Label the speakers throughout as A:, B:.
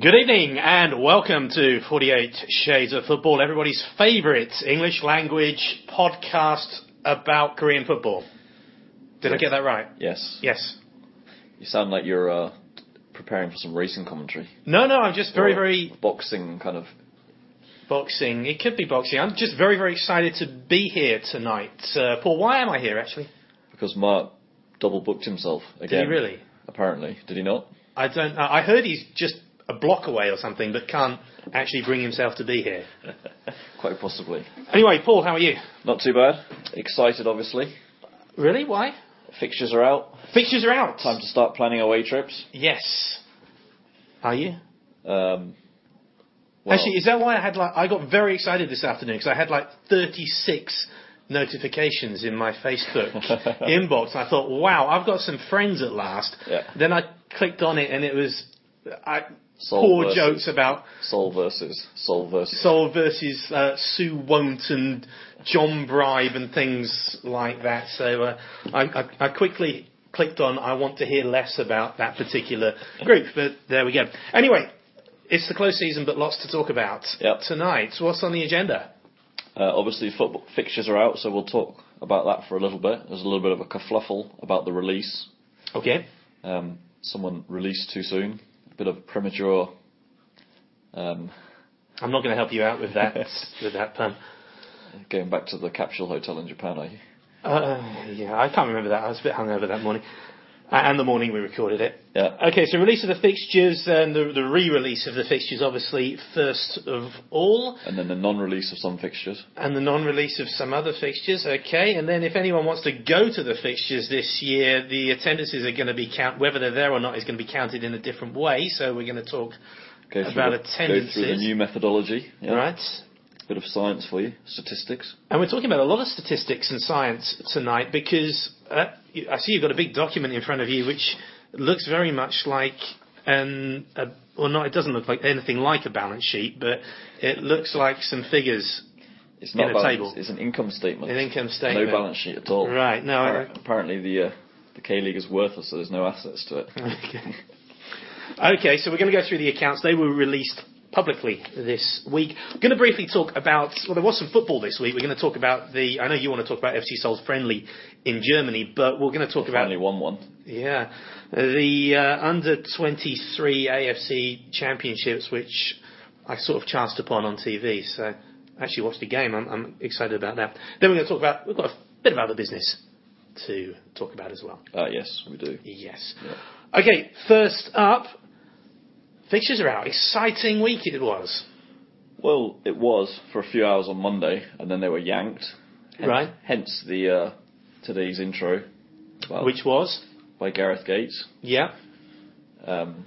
A: Good evening and welcome to 48 Shades of Football, everybody's favourite English language podcast about Korean football. Did I get that right?
B: Yes.
A: Yes.
B: You sound like you're uh, preparing for some racing commentary.
A: No, no, I'm just very,
B: Or
A: very
B: boxing kind of.
A: boxing. It could be boxing. I'm just very, very excited to be here tonight. Uh, Paul, why am I here actually?
B: Because Mark double booked himself
A: Did
B: again.
A: he really?
B: Apparently, did he not?
A: I don't know. I heard he's just a block away or something, but can't actually bring himself to be here.
B: Quite possibly.
A: Anyway, Paul, how are you?
B: Not too bad. Excited, obviously.
A: Really? Why?
B: Fixtures are out.
A: Fixtures are out.
B: Time to start planning away trips.
A: Yes. Are you?
B: Um, well,
A: Actually, is that why I had like I got very excited this afternoon because I had like 36 notifications in my Facebook inbox. I thought, wow, I've got some friends at last.
B: Yeah.
A: Then I clicked on it and it was I,
B: Seoul
A: poor
B: versus-
A: jokes about
B: Seoul versus Seoul versus.
A: Seoul versus uh, Sue Won't and John Bribe and things like that. So uh, I, I, I quickly clicked on I want to hear less about that particular group, but there we go. Anyway, it's the close season, but lots to talk about
B: Yep.
A: tonight. What's on the agenda?
B: Uh, obviously, football fixtures are out, so we'll talk about that for a little bit. There's a little bit of a kerfluffle about the release.
A: Okay.
B: um, someone released too soon. A bit of premature. Um,
A: I'm not going to help you out with that with that pun.
B: going back to the capsule hotel in Japan, are you?
A: Uh, yeah, I can't remember that. I was a bit hungover that morning, A- and the morning we recorded it.
B: Yeah.
A: Okay, so release of the fixtures and the, the re-release of the fixtures, obviously first of all,
B: And then the non-release of some fixtures.
A: and the non-release of some other fixtures. Okay, and then if anyone wants to go to the fixtures this year, the attendances are going to be count whether they're there or not is going to be counted in a different way. So we're going to talk
B: Go through
A: About
B: the, Go through the
A: attendances.
B: new methodology. Yeah.
A: right,
B: Bit of science for you, statistics.
A: and we're talking about a lot of statistics and science tonight because uh, you- I see you've got a big document in front of you which looks very much like an a, well, not it doesn't look like anything like a balance sheet, but it looks like some figures
B: It's
A: In
B: not
A: a
B: balance,
A: table.
B: It's an income statement.
A: An income statement.
B: No balance sheet at all.
A: Right, no, I-
B: Appar- Apparently the uh, the K League is worthless, so there's no assets to it.
A: Okay. Okay, so we're going to go through the accounts. They were released publicly this week. I'm going to briefly talk about, well, there was some football this week. We're going to talk about the, I know you want to talk about FC Seoul's friendly in Germany, but we're going to talk about,
B: Finally won one.
A: yeah, the uh, under 23 AFC championships, which I sort of chanced upon on TV. So I actually watched the game. I'm, I'm excited about that. Then we're going to talk about, we've got a bit of other business to talk about as well.
B: Uh, yes, we do.
A: Yes. Okay, first up, fixtures are out. Exciting week it was.
B: Well, it was for a few hours on Monday, and then they were yanked. Hen-
A: Right.
B: Hence the uh, today's intro, about-
A: Which was?
B: by Gareth Gates.
A: Yeah.
B: Um,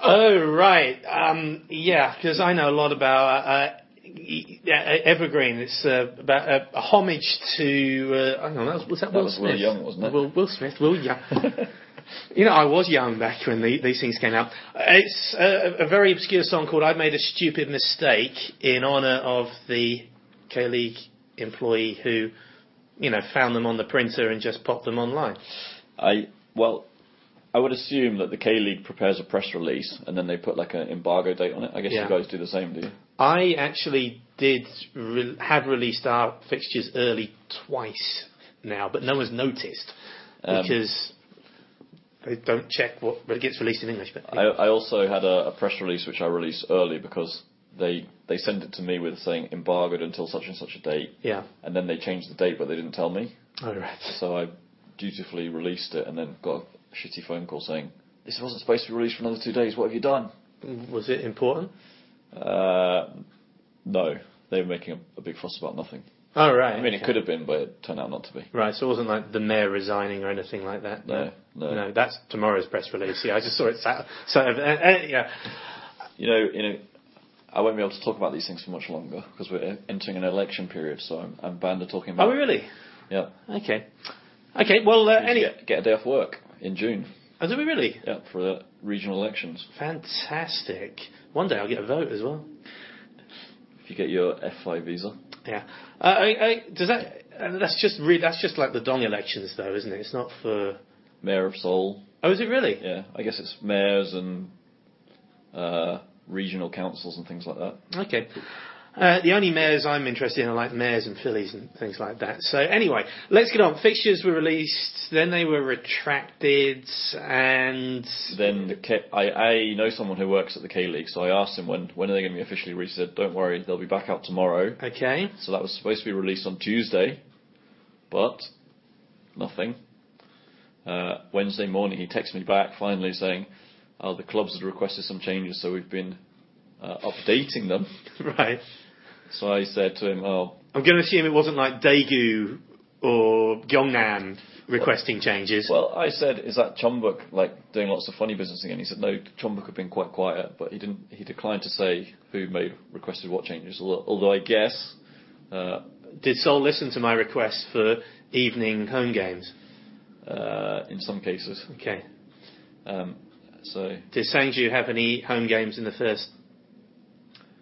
A: Oh, right. Um, yeah, because I know a lot about uh, e- e- Evergreen. It's uh, about a, a homage to, uh, I don't know, that was, was that Will
B: was Will
A: Smith?
B: Young, wasn't it?
A: Will, Will Smith, Will Young. You know, I was young back when the, these things came out. It's uh, a, a very obscure song called I Made a Stupid Mistake in honour of the K League employee who, you know, found them on the printer and just popped them online.
B: I well, I would assume that the K League prepares a press release, and then they put like an embargo date on it. I guess
A: Yeah.
B: you guys do the same, do you?
A: I actually did re- have released our fixtures early twice now, but no one's noticed
B: Um,
A: because they don't check what, what gets released in English. But
B: I, I also had a, a press release which I released early because they they sent it to me with saying embargoed until such and such a date,
A: yeah,
B: and then they changed the date, but they didn't tell me.
A: all right.
B: So I dutifully released it and then got a shitty phone call saying, This wasn't supposed to be released for another two days, what have you done?
A: Was it important?
B: Uh, no, they were making a, a big fuss about nothing.
A: All right.
B: I mean, it could have been, but it turned out not to be.
A: Right, so it wasn't like the mayor resigning or anything like that.
B: No, no.
A: no, that's tomorrow's press release. Yeah, I just saw it. Sat, sat over, uh, uh, yeah,
B: You know, you know, I won't be able to talk about these things for much longer because we're entering an election period, so I'm, I'm banned of talking about
A: Are we really?
B: Yeah.
A: Okay, okay. Well, uh, any?
B: Get, get a day off work in June,
A: Oh, did we really?
B: yeah, for the regional elections.
A: Fantastic. One day I'll get a vote as well.
B: If you get your F5 visa.
A: Yeah. Uh, I, I, does that? Uh, that's just re- that's just like the Dong elections, though, isn't it? It's not for.
B: Mayor of Seoul,
A: Oh, is it really?
B: Yeah, I guess it's mayors and uh, regional councils and things like that.
A: Okay. Uh, the only mayors I'm interested in are like mayors and fillies and things like that. So anyway, let's get on. Fixtures were released, then they were retracted, and
B: Then the K- I, I know someone who works at the K League, so I asked him when when are they going to be officially released. He said, "Don't worry, they'll be back out tomorrow."
A: okay,
B: So that was supposed to be released on Tuesday, but nothing. Uh, Wednesday morning, he texts me back finally saying, "Oh, the clubs had requested some changes, so we've been uh, updating them."
A: right.
B: So I said to him, "Oh,
A: I'm going to assume it wasn't like Daegu or Gyeongnam requesting changes.
B: Well, I said, is that Chumbuk like doing lots of funny business again? He said, no, Chumbuk have been quite quiet, but he didn't. He declined to say who made requested what changes. Although, although I guess, uh,
A: Did Seoul listen to my request for evening home games?
B: uh, in some cases.
A: Okay.
B: Um, so
A: Did Sangju have any home games in the first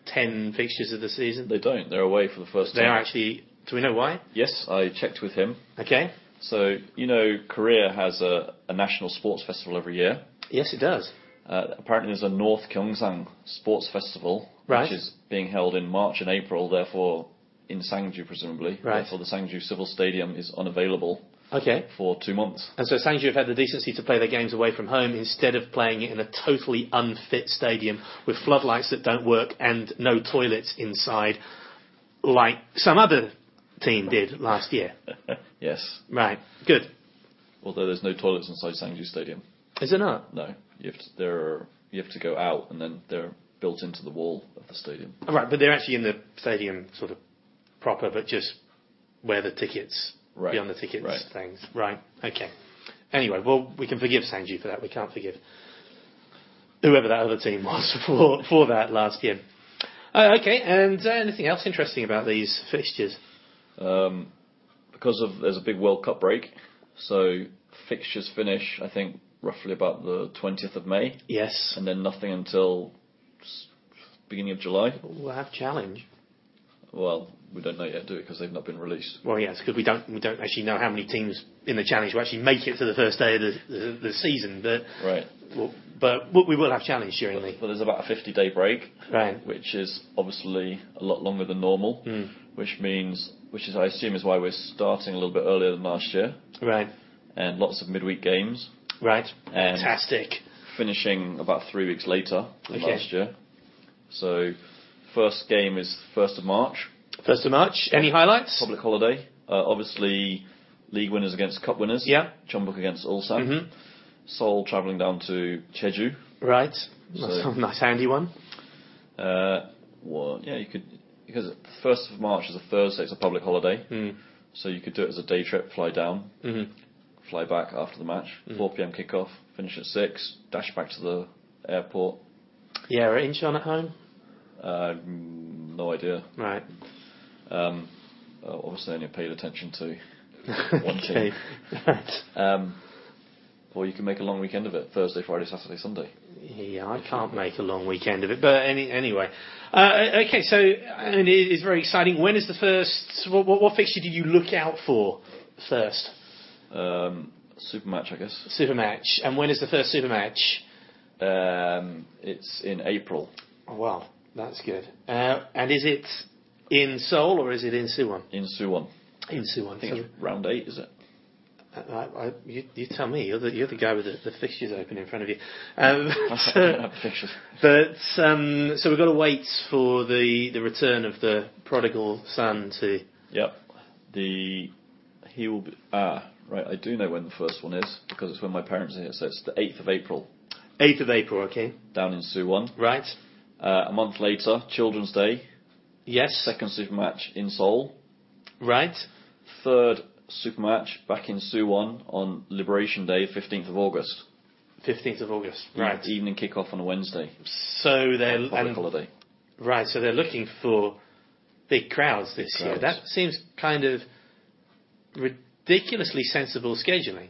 A: ten fixtures of the season?
B: they don't. They're away for the first
A: They
B: time.
A: are actually. Do we know why?
B: Yes, I checked with him.
A: Okay.
B: So you know, Korea has a, a national sports festival every year.
A: Yes, it does.
B: Uh, apparently, there's a North Gyeongsang Sports Festival,
A: Right.
B: which is being held in March and April, therefore in Sangju, presumably.
A: Right.
B: Therefore, the Sangju Civil Stadium is unavailable
A: Okay.
B: for two months.
A: And so Sangju have had the decency to play their games away from home instead of playing it in a totally unfit stadium with floodlights that don't work and no toilets inside, like some other team did last year.
B: yes,
A: Right. Good.
B: although there's no toilets inside Sangju Stadium.
A: Is it not?
B: No, you have to, there are, you have to go out, and then they're built into the wall of the stadium.
A: All Right, but they're actually in the stadium sort of proper, but just where the tickets,
B: Right,
A: beyond the tickets
B: right.
A: things. Right. Okay. Anyway, well, we can forgive Sanju for that. We can't forgive whoever that other team was for, for that last year. Uh, okay, and uh, anything else interesting about these fixtures?
B: Um, because of there's a big World Cup break, so fixtures finish I think roughly about the 20th of May,
A: Yes,
B: and then nothing until s- beginning of July.
A: we'll have challenge.
B: Well, we don't know yet, do we? Because they've not been released.
A: Well, yes, because we don't we don't actually know how many teams in the challenge will actually make it to the first day of the, the, the season, but
B: Right.
A: well, but we will have challenge during the
B: But there's about a 50 day break,
A: right.
B: which is obviously a lot longer than normal, which means, which is, I assume, is why we're starting a little bit earlier than last year,
A: Right.
B: and lots of midweek games,
A: Right.
B: and
A: Fantastic.
B: finishing about three weeks later than
A: Okay.
B: last year. So, first game is 1st of March,
A: Um, First of March. Any highlights?
B: public holiday. Uh, obviously, league winners against cup winners.
A: Yeah. Mm-hmm.
B: Chumbuk against Ulsan. Seoul travelling down to Jeju.
A: Right.
B: So-
A: nice handy one.
B: Uh, well, yeah, you could because first of March is a Thursday. It's a public holiday,
A: Mm.
B: so you could do it as a day trip. Fly down,
A: Mm-hmm.
B: fly back after the match. 4 p.m. kickoff. Finish at six. Dash back to the airport.
A: Yeah, are Incheon at home?
B: Uh, no idea.
A: Right.
B: Um, uh, obviously, only paid attention to. One
A: okay.
B: team.
A: Right.
B: Um, or you can make a long weekend of it. Thursday, Friday, Saturday, Sunday.
A: Yeah, I can't make a long weekend of it, but any, anyway. Uh, okay, so and it is very exciting. When is the first? What, what, what fixture did you look out for first?
B: Um, super match, I guess.
A: Super match, and when is the first super match?
B: Um, it's in April
A: Oh, Well, that's good. Uh, and is it in Seoul or is it in Suwon?
B: in Suwon.
A: In Suwon.
B: I think it's round eight, is it?
A: I, I, you, you tell me. You're the, you're the guy with the, the fixtures open in front of you. Um, so, but um, so we've got to wait for the, the return of the prodigal son to.
B: Yep. The he will be ah right. I do know when the first one is because it's when my parents are here. So it's the eighth of April
A: 8th of April, okay?
B: down in Suwon.
A: Right?
B: Uh, a month later, Children's Day,
A: Yes.
B: second super match in Seoul,
A: Right?
B: third super match back in Suwon on Liberation Day, fifteenth of August.
A: 15th of August. Right.
B: Evening kickoff on a Wednesday.
A: So they're.
B: Public
A: And,
B: holiday.
A: right, so they're looking for big crowds this
B: Big
A: year.
B: crowds.
A: That seems kind of ridiculously sensible scheduling.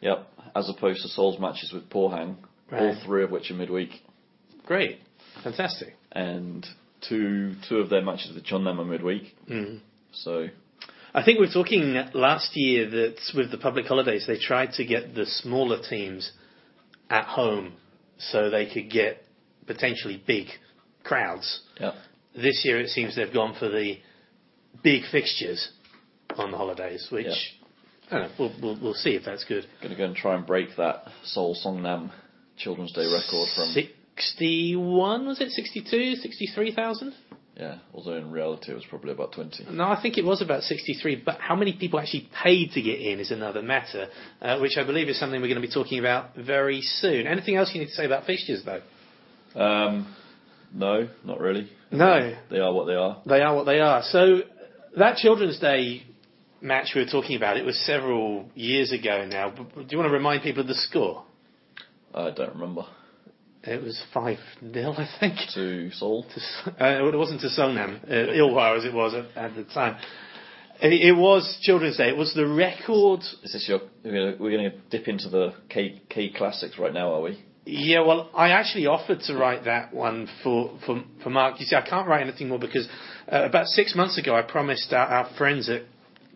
B: Yep. As opposed to Seoul's matches with Pohang, all
A: Right.
B: three of which are midweek.
A: Great. Fantastic.
B: and two two of their matches with Chonnam are midweek.
A: Mm.
B: So
A: I think we were talking last year that with the public holidays, they tried to get the smaller teams at home so they could get potentially big crowds.
B: Yeah.
A: This year it seems they've gone for the big fixtures on the holidays, which I don't know. We'll, we'll, we'll see if that's good.
B: Going to go and try and break that Seoul Songnam Children's Day record from.
A: 61 was it 62 63,000
B: Yeah, although in reality it was probably about 20.
A: no I think it was about 63 but how many people actually paid to get in is another matter uh, which I believe is something we're going to be talking about very soon anything else you need to say about fixtures though
B: Um, no, not really.
A: no
B: They are what they are.
A: They are what they are. So that Children's Day match we were talking about, it was several years ago now. B- b- Do you want to remind people of the score?
B: I don't remember.
A: It was 5 0, I think.
B: To Seoul?
A: To S- Uh, it wasn't to Songnam, uh, Ilhwa as it was at, at the time. It, it was Children's Day. It was the record.
B: Is this your? We're going to dip into the K K classics right now, are we?
A: Yeah, well, I actually offered to write that one for, for, for Mark. You see, I can't write anything more because uh, about six months ago I promised our, our friends at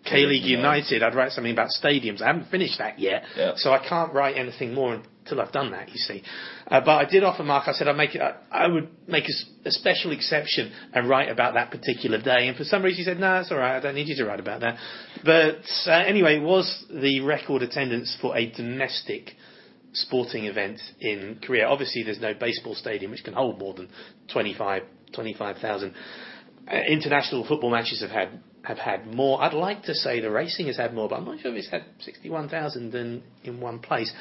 A: K League
B: Yeah.
A: United I'd write something about stadiums. I haven't finished that yet.
B: Yeah.
A: So I can't write anything more until I've done that, you see. Uh, but I did offer Mark, I said I'd make it, I, I would make a, s- a special exception and write about that particular day. And for some reason he said, no, it's all right, I don't need you to write about that. But uh, anyway, it was the record attendance for a domestic sporting event in Korea. Obviously, there's no baseball stadium which can hold more than 25 25,000. Uh, international football matches have had have had more. I'd like to say the racing has had more, but I'm not sure if it's had 61,000 in in one place.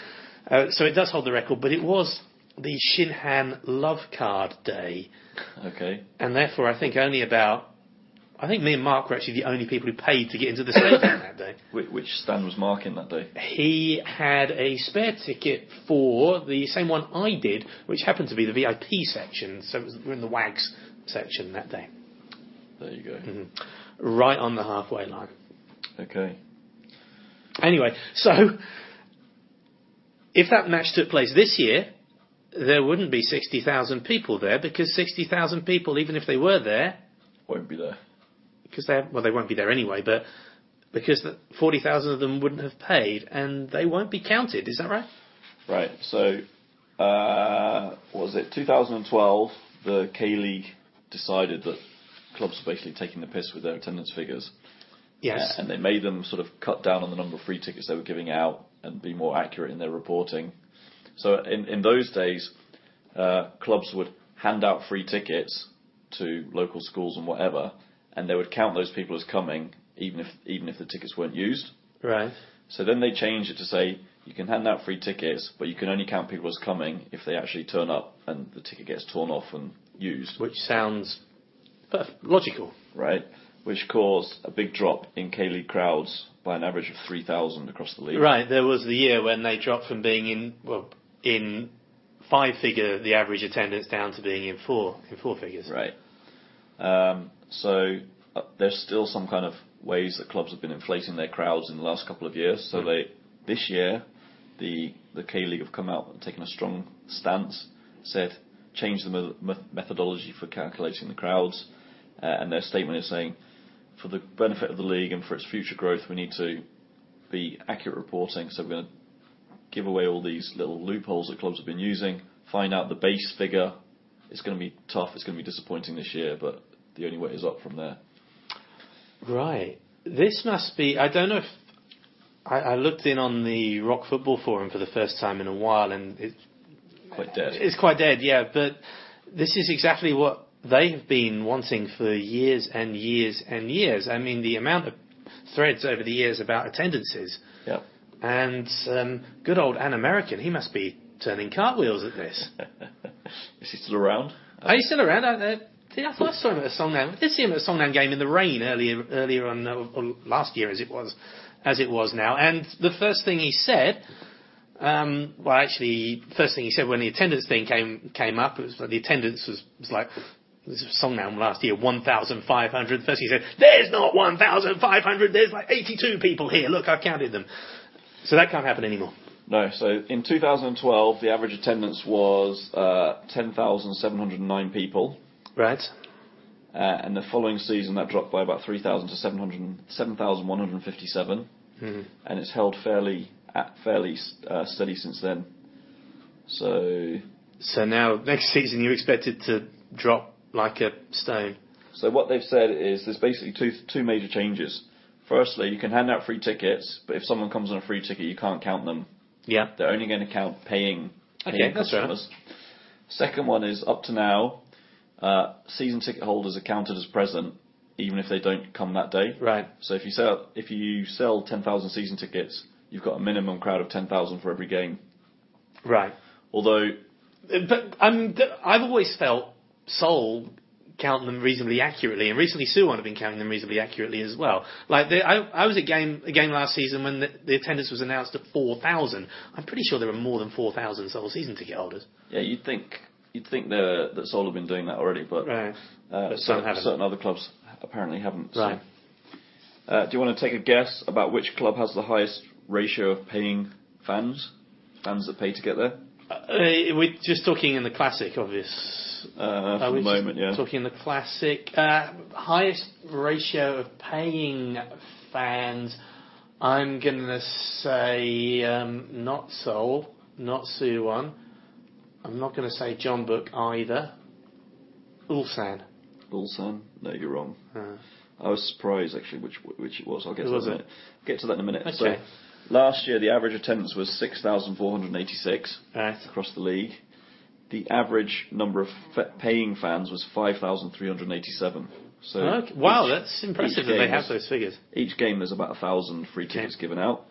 A: Uh, so it does hold the record, but it was the Shinhan Love Card Day,
B: Okay.
A: and therefore I think only about I think me and Mark were actually the only people who paid to get into the stadium that day
B: Which, which stand was marking that day?
A: he had a spare ticket for the same one I did, which happened to be the VIP section. So it was, we are in the WAGs section that day,
B: There you go.
A: right on the halfway line.
B: Okay.
A: Anyway, so if that match took place this year, there wouldn't be 60,000 people there because 60,000 people, even if they were there,
B: Won't be there.
A: because they well they won't be there anyway, but because the 40,000 of them wouldn't have paid and they won't be counted. Is that right?
B: Right. So, uh, what was it 2012? The K League decided that clubs were basically taking the piss with their attendance figures,
A: Yes.
B: and they made them sort of cut down on the number of free tickets they were giving out and be more accurate in their reporting. So, in in those days, uh, clubs would hand out free tickets to local schools and whatever, and they would count those people as coming, even if even if the tickets weren't used.
A: Right.
B: So then they changed it to say you can hand out free tickets, but you can only count people as coming if they actually turn up and the ticket gets torn off and used,
A: which sounds perf- logical.
B: right? Which caused a big drop in K League crowds by an average of 3,000 across the league.
A: Right, there was the year when they dropped from being in well in five figure the average attendance down to being in four in four figures.
B: Right. Um, so uh, there's still some kind of ways that clubs have been inflating their crowds in the last couple of years. So they this year, the the K League have come out and taken a strong stance, said change the me- me- methodology for calculating the crowds, uh, and their statement is saying, for the benefit of the league and for its future growth, we need to be accurate reporting. So we're going to give away all these little loopholes that clubs have been using, find out the base figure. It's going to be tough. It's going to be disappointing this year, but the only way is up from there.
A: Right. This must be. I don't know if I, I looked in on the Rock Football Forum for the first time in a while, and it,
B: Quite dead.
A: it's quite dead. Yeah, but this is exactly what they have been wanting for years and years and years. I mean, the amount of threads over the years about attendances.
B: Yeah.
A: And um, good old An American, he must be turning cartwheels at this.
B: Is he still around?
A: Are you still around? I, I, I thought I saw him at a Songnam. I did see him at a Songnam game in the rain earlier, earlier on, uh, or last year as it was, as it was now. And the first thing he said, um, well, actually, first thing he said when the attendance thing came came up, it was like the attendance was, was like. This was Songnam last year, 1,500. First he said, there's not 1,500, there's like 82 people here. Look, I counted them. So that can't happen anymore.
B: No. So in 2012, the average attendance was uh, 10,709 people.
A: Right?
B: Uh, and the following season, that dropped by about 3,000 to 700 7,157. And it's held fairly at fairly uh, steady since then. So
A: So now next season you're expected to drop like a stone.
B: So what they've said is there's basically two two major changes. Firstly, you can hand out free tickets, but if someone comes on a free ticket, you can't count them.
A: Yeah.
B: They're only going to count paying,
A: Okay,
B: paying
A: that's fair.
B: customers. Second one is up to now, uh, season ticket holders are counted as present, even if they don't come that day.
A: Right.
B: So if you sell if you sell ten thousand season tickets, you've got a minimum crowd of ten thousand for every game.
A: Right.
B: Although
A: Uh, But I'm, th- I've always felt Soul count them reasonably accurately, and recently Suwon have been counting them reasonably accurately as well. Like they, I, I was at game a game last season when the, the attendance was announced at four thousand. I'm pretty sure there were more than four thousand Soul season ticket holders.
B: yeah, you'd think you'd think they're- that Seoul have been doing that already, but
A: Right.
B: uh,
A: But some
B: cer-
A: haven't.
B: certain other clubs apparently haven't. so.
A: Right.
B: Uh, do you want to take a guess about which club has the highest ratio of paying fans? Fans that pay to get there?
A: Uh, we're just talking in the classic, obvious.
B: Uh,
A: Are
B: for
A: we
B: the
A: just
B: moment, yeah.
A: Talking in the classic, uh, highest ratio of paying fans. I'm gonna say um, not Seoul, not Suwon. I'm not gonna say John Book either. Ulsan.
B: Bullsan? No, you're wrong.
A: Uh,
B: I was surprised actually which which it was. I'll get
A: Who
B: to that
A: was
B: in a
A: it?
B: minute. Get to that in a minute.
A: Okay.
B: So last year the average attendance was six thousand four hundred eighty six
A: right.
B: across the league. The average number of fa- paying fans was five thousand three hundred eighty seven. So
A: Okay. Wow,
B: each-
A: that's impressive
B: each
A: that they
B: game
A: have
B: is-
A: those figures.
B: each game there's about a thousand free tickets given out.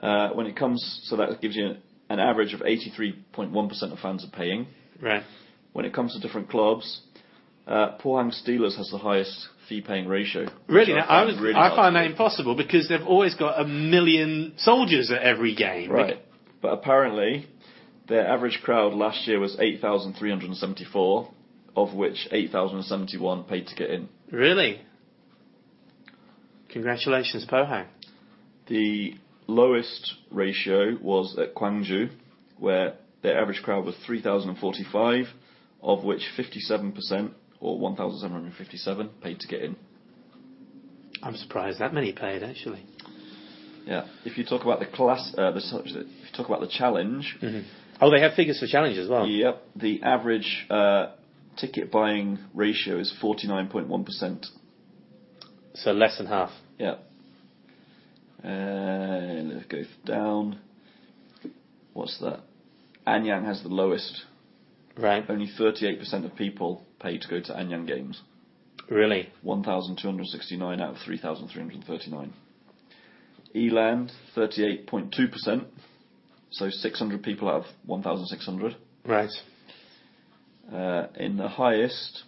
B: Uh, when it comes, so that gives you an average of 83.1% of fans are paying.
A: Right.
B: When it comes to different clubs, uh, Pohang Steelers has the highest fee-paying ratio. which
A: Really, now, I
B: find
A: was
B: really
A: I
B: hard
A: find
B: to
A: that
B: believe.
A: impossible because they've always got a million soldiers at every game.
B: right. But apparently, their average crowd last year was 8,374, of which 8,071 paid to get in.
A: Really? Congratulations, Pohang.
B: The lowest ratio was at Gwangju, where their average crowd was 3,045, of which 57%, or 1,757, paid to get in.
A: I'm surprised that many paid actually.
B: Yeah. If you talk about the class, uh, the, if you talk about the challenge,
A: Oh, they have figures for challenge as well.
B: yep, the average uh, ticket buying ratio is 49.1%.
A: So less than half.
B: Yeah. And Uh, let's go down. What's that? Anyang has the lowest
A: Right.
B: Only 38% of people pay to go to Anyang Games.
A: Really?
B: 1,269 out of 3,339. Eland, 38.2%. So 600 people out of 1,600.
A: Right.
B: Uh, in the highest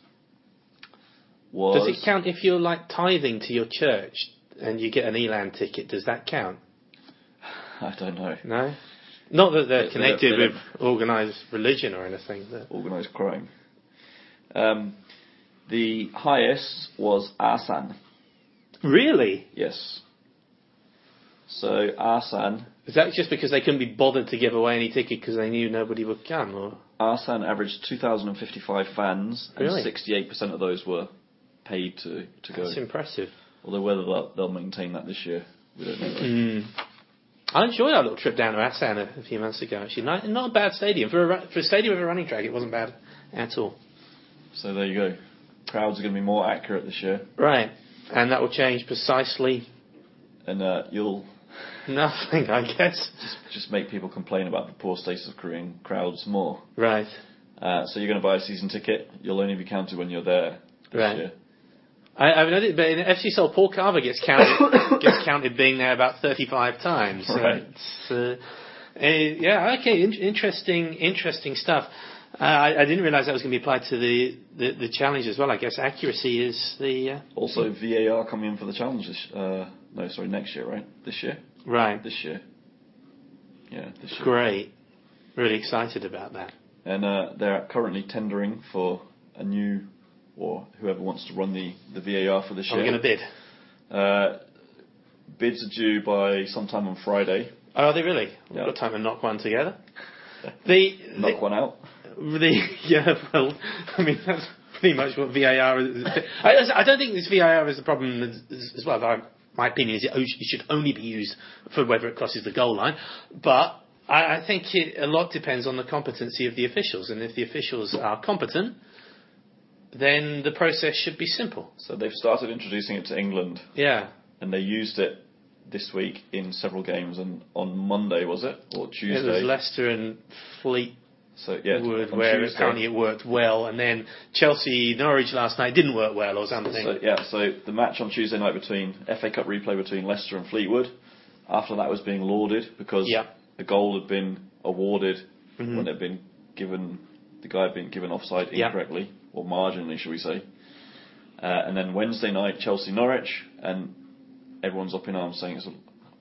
A: Does
B: was...
A: it count if you're like tithing to your church and you get an Elan ticket? Does that count?
B: I don't know.
A: No. Not that
B: They-
A: they're
B: they
A: connected
B: don't- they
A: with organised religion or anything. But
B: Organised crime. Um, the highest was Asan.
A: really?
B: Yes. So Asan
A: Is that just because they couldn't be bothered to give away any ticket because they knew nobody would come? Or
B: Arsan averaged 2,055 fans, and
A: Really?
B: 68% of those were paid to, to go.
A: that's impressive.
B: Although whether they'll, they'll maintain that this year, we don't know.
A: Mm. Hmm. I enjoyed our little trip down to Asan a, a few months ago. Actually, not, not a bad stadium for a ru- for a stadium with a running track. It wasn't bad at all.
B: So there you go. Crowds are going to be more accurate this year,
A: Right, and that will change precisely
B: and uh, you'll
A: nothing, I guess.
B: just make people complain about the poor state of Korean crowds more.
A: Right,
B: Uh, so you're going to buy a season ticket. You'll only be counted when you're there this
A: Right.
B: year.
A: I, I mean, but in FC Seoul, Paul Carver gets counted gets counted being there about thirty five times. So
B: Right.
A: it's, uh, eh, yeah. Okay. In- interesting. Interesting stuff. Uh, I, I didn't realise that was going to be applied to the, the, the challenge as well. I guess accuracy is the uh,
B: Also, VAR coming in for the challenge. This, uh, no, sorry, next year, right? This year.
A: right.
B: This year. Yeah, this year.
A: Great. Really excited about that.
B: and uh, they're currently tendering for a new or whoever wants to run the, the VAR for this
A: I'm
B: year.
A: going to bid.
B: Uh, bids are due by sometime on Friday.
A: Oh, are they really? We've
B: Yeah.
A: got time to knock one together. The,
B: Knock one out.
A: the, the yeah, well, I mean that's pretty much what VAR is. I, I don't think this VAR is the problem as, as well. though My opinion is it o- it should only be used for whether it crosses the goal line, but. I, I think it, a lot depends on the competency of the officials, and if the officials are competent, then the process should be simple.
B: So they've started introducing it to England,
A: Yeah.
B: and they used it this week in several games. And on Monday was it or Tuesday?
A: It was Leicester and Fleet
B: so yeah,
A: Wood,
B: on
A: where
B: Tuesday.
A: apparently it worked well, and then Chelsea Norwich last night didn't work well or something.
B: So yeah, so the match on Tuesday night between FA Cup replay between Leicester and Fleetwood. After that was being lauded because
A: Yeah.
B: the goal had been awarded when it had been given the guy had been given offside
A: Yeah.
B: incorrectly or marginally, should we say? Uh, and then Wednesday night Chelsea Norwich and everyone's up in arms saying it's a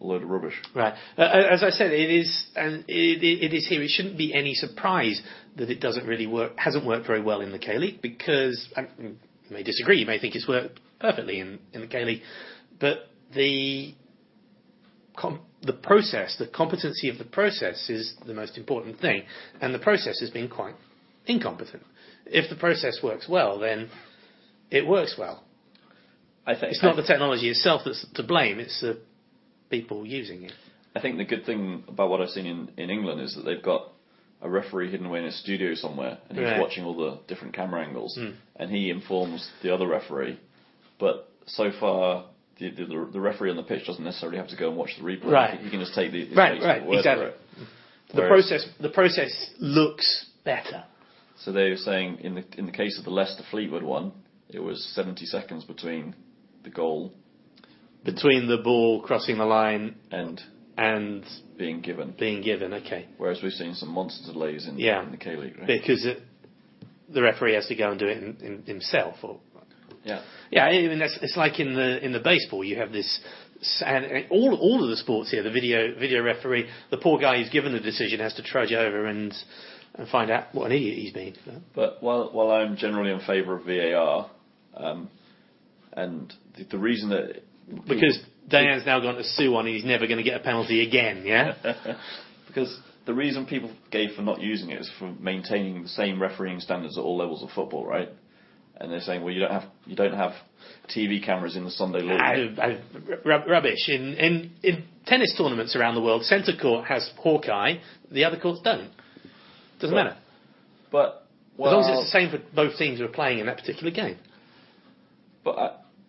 B: load of rubbish.
A: Right. Uh, as I said, it is, and it, it, it is here. It shouldn't be any surprise that it doesn't really work, hasn't worked very well in the K League because I mean, you may disagree. You may think it's worked perfectly in, in the K League, but the com- the process, the competency of the process is the most important thing, and the process has been quite incompetent. If the process works well, then it works well.
B: I think
A: It's not the technology itself that's to blame; it's the people using it.
B: I think the good thing about what I've seen in, in England is that they've got a referee hidden away in a studio somewhere, and he's
A: Right. Hmm.
B: watching all the different camera angles, and he informs the other referee. But so far, the, the the referee on the pitch doesn't necessarily have to go and watch the replay.
A: Right.
B: He can just take the his
A: Right,
B: mate's
A: right,
B: word
A: exactly.
B: for it.
A: the
B: Whereas-
A: process the process looks better.
B: So they were saying in the in the case of the Leicester Fleetwood one, it was 70 seconds between the goal
A: Between the ball crossing the line
B: and
A: and
B: being given,
A: being given, okay.
B: whereas we've seen some monster delays in,
A: Yeah.
B: in the K League. Right?
A: Because it, the referee has to go and do it in, in, himself. Or,
B: Yeah.
A: yeah, I mean, that's, it's like in the in the baseball, you have this, s- and and all all of the sports here, the video video referee, the poor guy who's given the decision has to trudge over and and find out what an idiot he's been.
B: But while while I'm generally in favour of VAR, um, and the, the reason that
A: Because Diane's now gone to sue on, and he's never going to get a penalty again. Yeah.
B: because the reason people gave for not using it is for maintaining the same refereeing standards at all levels of football, right? And they're saying, well, you don't have you don't have TV cameras in the Sunday league.
A: I, I, rub, rubbish. In, in, in tennis tournaments around the world, centre court has Hawkeye, the other courts don't. Doesn't
B: Well,
A: matter.
B: but
A: As long as
B: well,
A: it's the same for both teams who are playing in that particular game.
B: But I,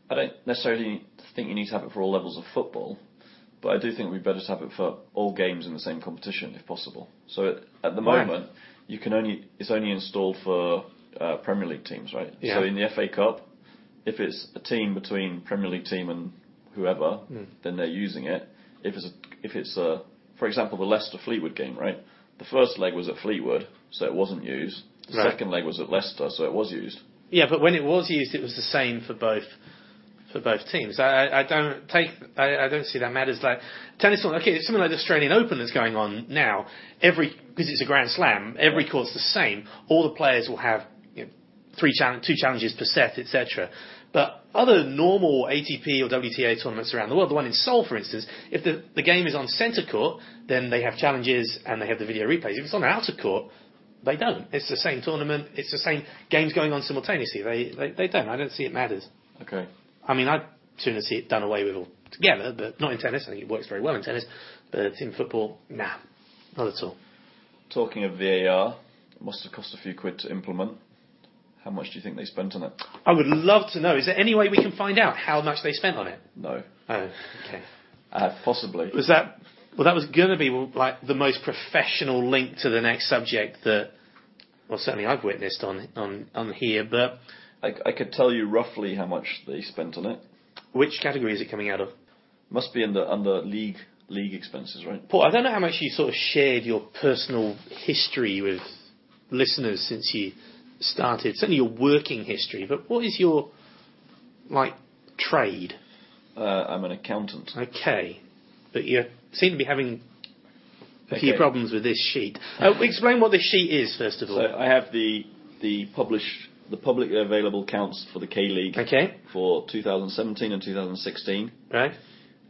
B: I don't necessarily think you need to have it for all levels of football. But I do think we'd better to have it for all games in the same competition, if possible. So at, at the
A: Right.
B: moment, you can only it's only installed for uh, Premier League teams, right?
A: Yeah.
B: So in the FA Cup, if it's a team between Premier League team and whoever,
A: Hmm.
B: then they're using it. If it's a, if it's a, for example, the Leicester Fleetwood game, right? The first leg was at Fleetwood, so it wasn't used. The
A: Right.
B: second leg was at Leicester, so it was used.
A: Yeah, but when it was used, it was the same for both for both teams. I, I- I don't take I, I don't see that matters. Like tennis, tournament- okay, it's something like the Australian Open that's going on now. Every because it's a Grand Slam, every court's the same. All the players will have you know, three challenge, two challenges per set, etc. But other normal ATP or WTA tournaments around the world, the one in Seoul, for instance, if the, the game is on centre court, then they have challenges and they have the video replays. If it's on outer court, they don't. It's the same tournament. It's the same games going on simultaneously. They they, they don't. I don't see it matters.
B: Okay.
A: I mean, I'd sooner see it done away with altogether, but not in tennis. I think it works very well in tennis, but in football, nah, not at all.
B: Talking of VAR, it must have cost a few quid to implement. How much do you think they spent on it?
A: I would love to know. Is there any way we can find out how much they spent on it?
B: No.
A: Oh, okay.
B: Uh, possibly.
A: Was that well? That was going to be like the most professional link to the next subject that, well, certainly I've witnessed on on on here. But
B: I, I could tell you roughly how much they spent on it.
A: which category is it coming out of?
B: Must be under under league league expenses, right?
A: Paul, I don't know how much you sort of shared your personal history with listeners since you started. Certainly your working history, but what is your like trade?
B: Uh, I'm an accountant.
A: Okay, but you seem to be having a few
B: Okay.
A: problems with this sheet. Uh, explain what this sheet is first of all.
B: So I have the the publish the publicly available counts for the K League
A: okay,
B: for 2017 and 2016.
A: right?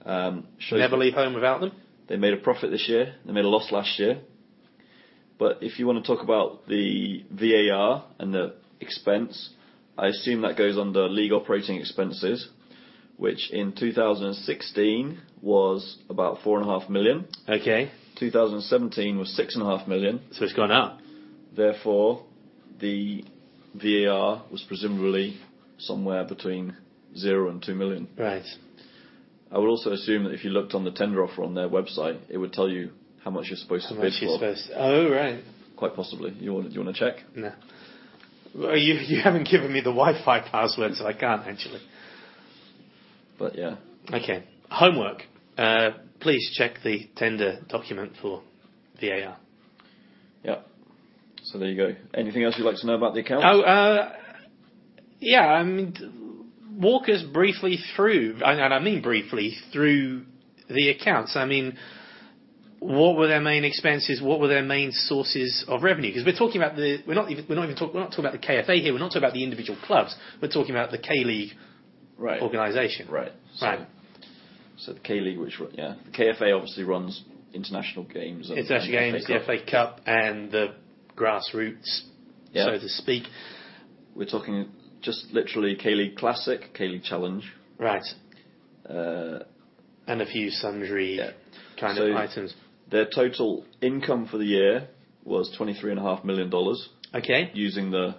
B: Um, shows
A: Never leave home without them.
B: They made a profit this year. They made a loss last year. But if you want to talk about the VAR and the expense, I assume that goes under league operating expenses, which in 2016 was about four and a half million.
A: Okay,
B: 2017 was six and a half million.
A: So it's gone up.
B: Therefore, the VAR was presumably somewhere between zero and two million.
A: Right.
B: I would also assume that if you looked on the tender offer on their website, it would tell you how much you're supposed
A: How
B: to bid
A: much
B: for.
A: you're supposed to- Oh, right.
B: Quite possibly. You want, you want to check?
A: No. Well, you, you haven't given me the Wi Fi password, so I can't actually.
B: But yeah.
A: Okay. Homework. Uh, please check the tender document for VAR.
B: Yeah. So there you go. Anything else you'd like to know about the account?
A: Oh, uh, yeah, I mean, d- walk us briefly through, and and I mean briefly, through the accounts. I mean, what were their main expenses? What were their main sources of revenue? Because we're talking about the, we're not even, we're not even talking, we're not talking about the KFA here. We're not talking about the individual clubs. We're talking about the K League
B: right.
A: organisation.
B: Right. So,
A: Right.
B: So the K League, which ru- yeah, the KFA obviously runs international games. And,
A: International
B: and
A: Games, the
B: Cup.
A: FA Cup, and the grassroots,
B: Yeah.
A: so to speak.
B: We're talking just literally K League Classic, K League Challenge.
A: Right.
B: Uh,
A: And a few sundry
B: Yeah.
A: kind
B: So-
A: of items.
B: their total income for the year was twenty three and a half million dollars,
A: Okay.
B: using the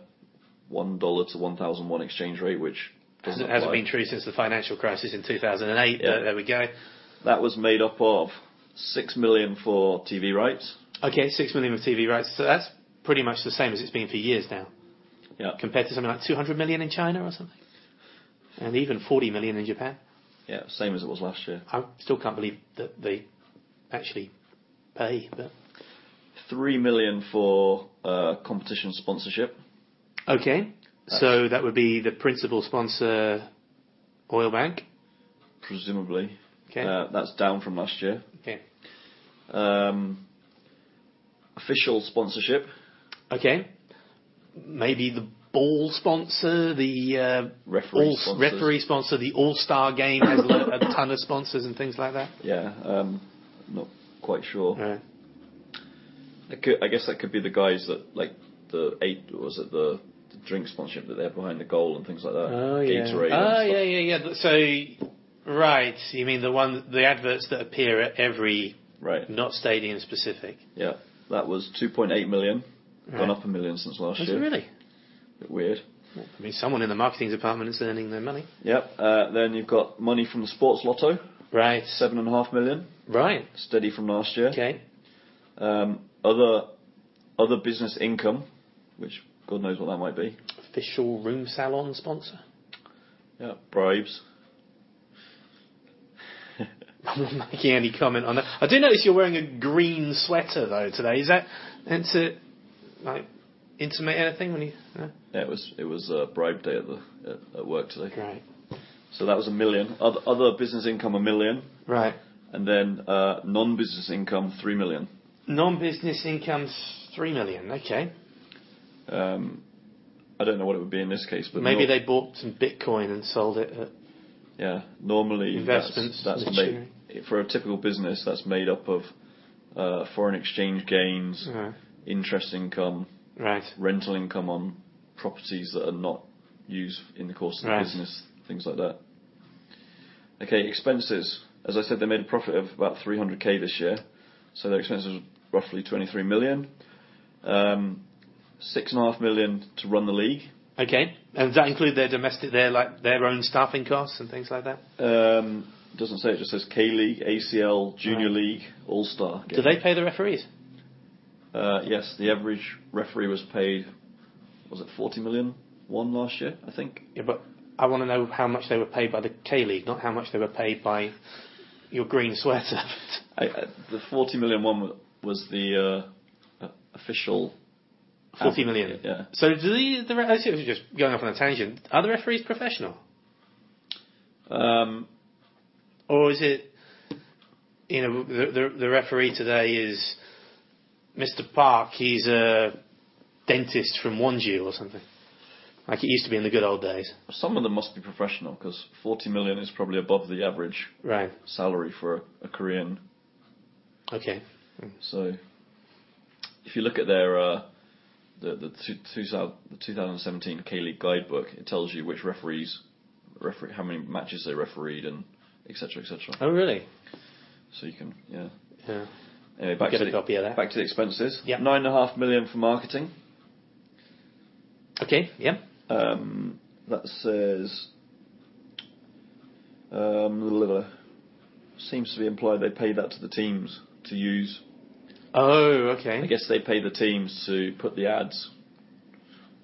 B: one dollar to one thousand one exchange rate, which doesn't
A: Hasn't, hasn't
B: apply.
A: been true since the financial crisis in 2008.
B: Yeah.
A: but there we go.
B: That was made up of six million for TV rights.
A: Okay, six million with TV rights. So that's pretty much the same as it's been for years now,
B: Yeah.
A: compared to something like 200 million in China or something, and even 40 million in Japan.
B: Yeah, same as it was last year.
A: I still can't believe that they actually pay. But
B: Three million for uh, competition sponsorship.
A: okay,
B: That's-
A: so that would be the principal sponsor, Oil Bank.
B: presumably.
A: Okay.
B: Uh, that's down from last year.
A: okay.
B: Um, official sponsorship,
A: Okay. Maybe the ball sponsor, the uh,
B: Referee
A: all-
B: sponsors.
A: referee sponsor, the All Star Game has lo- a ton of sponsors and things like that.
B: yeah, um, not quite sure.
A: All right.
B: It could, I guess that could be the guys that like the eight was it the, the drink sponsorship that they're behind the goal and things like that. Gatorade. and
A: Oh
B: stuff.
A: yeah, yeah, yeah. So right, you mean the one the adverts that appear at every
B: Right.
A: not stadium specific?
B: Yeah, that was 2.8 million.
A: Right.
B: Gone up a million since last
A: Is
B: year.
A: it really?
B: Bit weird.
A: I mean, someone in the marketing department is earning their money.
B: Yep. Uh, then you've got money from the sports lotto,
A: Right.
B: seven and a half million,
A: Right.
B: steady from last year.
A: Okay.
B: Um, other other business income, which God knows what that might be.
A: Official room salon sponsor.
B: Yeah, bribes.
A: I'm not making any comment on that. I do notice you're wearing a green sweater though today. Is that meant to like intimate anything when you? No?
B: Yeah, it was it was uh, bribe day at the at, at work today.
A: Right.
B: So that was a million. Other, other business income a million,
A: Right.
B: and then uh, non-business income three million.
A: Non-business income's three million. Okay.
B: Um, I don't know what it would be in this case, but
A: Maybe
B: nor-
A: they bought some Bitcoin and sold it at
B: yeah normally
A: Investments,
B: That's, that's made,
A: maturing.
B: for a typical business that's made up of uh, foreign exchange gains,
A: Right.
B: interest income,
A: Right.
B: rental income on properties that are not used in the course of the
A: Right.
B: business, things like that. Okay, expenses. As I said, they made a profit of about 300k this year, so their expenses were roughly 23 million. Um, six and a half million to run the league.
A: Okay. And does that include their domestic, their like their own staffing costs and things like that?
B: Um, doesn't say it just says K League, ACL, Junior
A: Right.
B: League, All Star.
A: Do they pay the referees?
B: Uh, yes, the average referee was paid. Was it 40 million one last year? I think.
A: Yeah, but I want to know how much they were paid by the K League, not how much they were paid by your green sweater.
B: I, I, the 40 million one wa- was the uh, uh, official.
A: Forty
B: average,
A: million.
B: Ah. Yeah.
A: So do the, the re- I see, it was just going off on a tangent. Are the referees professional,
B: Um,
A: or is it you know the the, the referee today is Mr. Park? He's a dentist from Wanju or something, like it used to be in the good old days.
B: some of them must be professional because 40 million is probably above the average
A: Right.
B: salary for a, a Korean.
A: Okay.
B: So, if you look at their uh, the the, two, two, thou- the 2017 K League guidebook, it tells you which referees, referee, how many matches they refereed, and etc. etc.
A: Oh, really?
B: So you can yeah.
A: Yeah.
B: Anyway, back
A: Get
B: to
A: a
B: the
A: copy of that.
B: back to the expenses.
A: Yeah.
B: Nine and a half million for marketing.
A: Okay, yeah.
B: Um, that says um, blah, blah, blah. seems to be implied they pay that to the teams to use.
A: Oh, okay.
B: I guess they pay the teams to put the ads.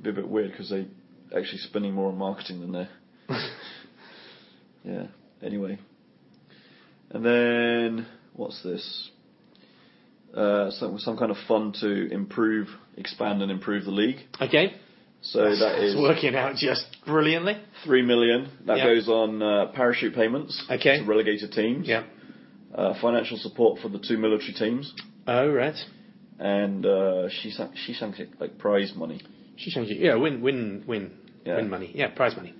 B: Be a bit weird because they actually spending more on marketing than they. yeah. Anyway. And then what's this? Uh, some some kind of fund to improve, expand, and improve the league.
A: Okay.
B: So that is
A: It's working out just brilliantly.
B: three million. That
A: Yeah.
B: goes on uh, parachute payments
A: Okay.
B: to relegated teams.
A: Yeah.
B: Uh, financial support for the two military teams,
A: Oh, right.
B: and uh, she sank, she sank it like prize money.
A: She changed it. Yeah, win, win, win.
B: Yeah.
A: Win money. Yeah, prize money.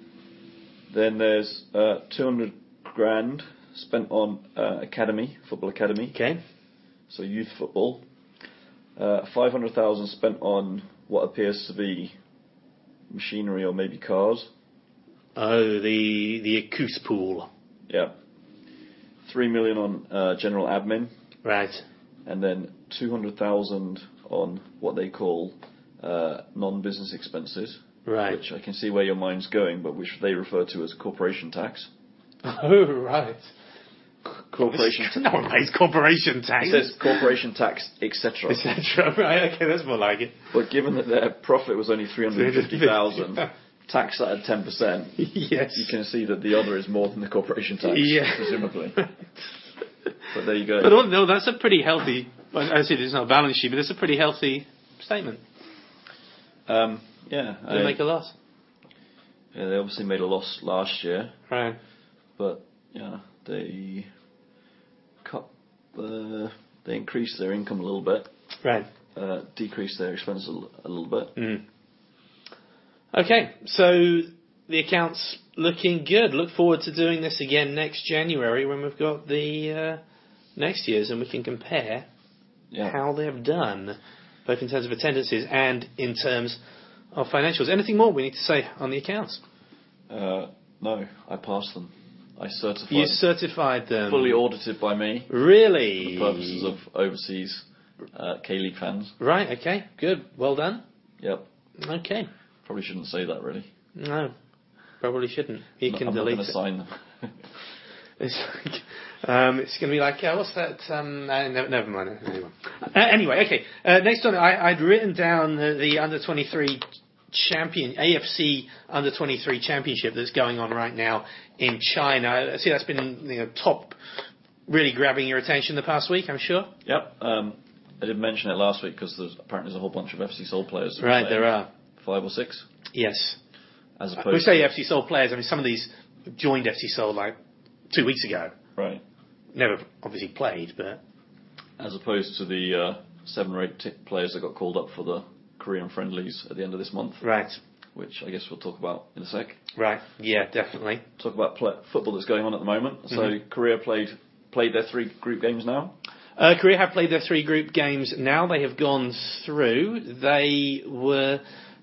B: Then there's uh, 200 grand spent on uh, academy, football academy,
A: Okay.
B: so youth football. Uh, 500,000 spent on what appears to be machinery or maybe cars.
A: Oh, the the Acoos pool.
B: Yeah. 3 million on uh, general admin,
A: Right.
B: and then 200,000 on what they call uh, non-business expenses,
A: Right.
B: which I can see where your mind's going, but which they refer to as corporation tax.
A: Oh, right.
B: Corporation tax.
A: No one pays corporation tax.
B: It says corporation tax, etc.
A: Etc. Right. Okay, that's more like it.
B: But given that their profit was only 350,000, tax that at 10%,
A: yes.
B: you can see that the other is more than the corporation tax,
A: Yeah.
B: presumably. But there you go.
A: But all, no, that's a pretty healthy. I I said it's not a balance sheet, but it's a pretty healthy statement.
B: um, yeah,
A: They
B: I-
A: make a loss.
B: yeah, they obviously made a loss last year,
A: Right.
B: but yeah, they cut, uh, they increased their income a little bit,
A: Right.
B: uh, decreased their expenses a, l- a little bit.
A: Mm. Okay, so the account's looking good. Look forward to doing this again next January when we've got the uh, next year's and we can compare
B: Yeah.
A: how they've done, both in terms of attendances and in terms of financials. Anything more we need to say on the accounts?
B: Uh, no, I passed them. I certified.
A: You certified them.
B: fully audited by me.
A: Really?
B: the purposes of overseas uh, K League fans.
A: Right, okay, good. Well done.
B: Yep.
A: Okay.
B: Probably shouldn't say that really.
A: No, probably shouldn't. You
B: I'm
A: can
B: not
A: delete
B: going to
A: it.
B: sign them.
A: It's like, um, it's going to be like, uh, what's that? Um, uh, never, never mind. Anyway, uh, anyway okay. Uh, next on, I, I'd written down the, the under 23 champion, AFC under 23 championship that's going on right now in China. I see that's been you know, top, really grabbing your attention the past week, I'm sure.
B: yep. Um, I did mention it last week because there's apparently there's a whole bunch of FC Soul players.
A: Right, there are.
B: five or six,
A: Yes.
B: as
A: We
B: opposed
A: say FC Soul players, I mean, some of these joined FC Soul like two weeks ago.
B: right,
A: Never obviously played, but
B: as opposed to the uh, seven or eight t- players that got called up for the Korean friendlies at the end of this month,
A: right,
B: which I guess we'll talk about in a sec.
A: right, yeah, definitely.
B: Talk about pla football that's going on at the moment. So Korea played played their three group games now.
A: Uh, Korea have played their three group games now. They have gone through. They were